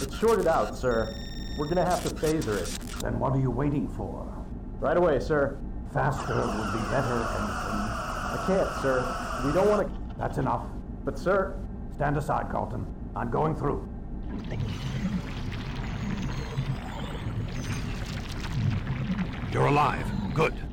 Speaker 5: It's shorted out, sir. We're gonna have to phaser it.
Speaker 6: Then what are you waiting for?
Speaker 5: Right away, sir.
Speaker 6: Faster would be better, Ensign.
Speaker 5: I can't, sir. We don't want to.
Speaker 6: That's enough.
Speaker 5: But, sir,
Speaker 6: Stand aside, Carlton. I'm going through. You're alive. Good.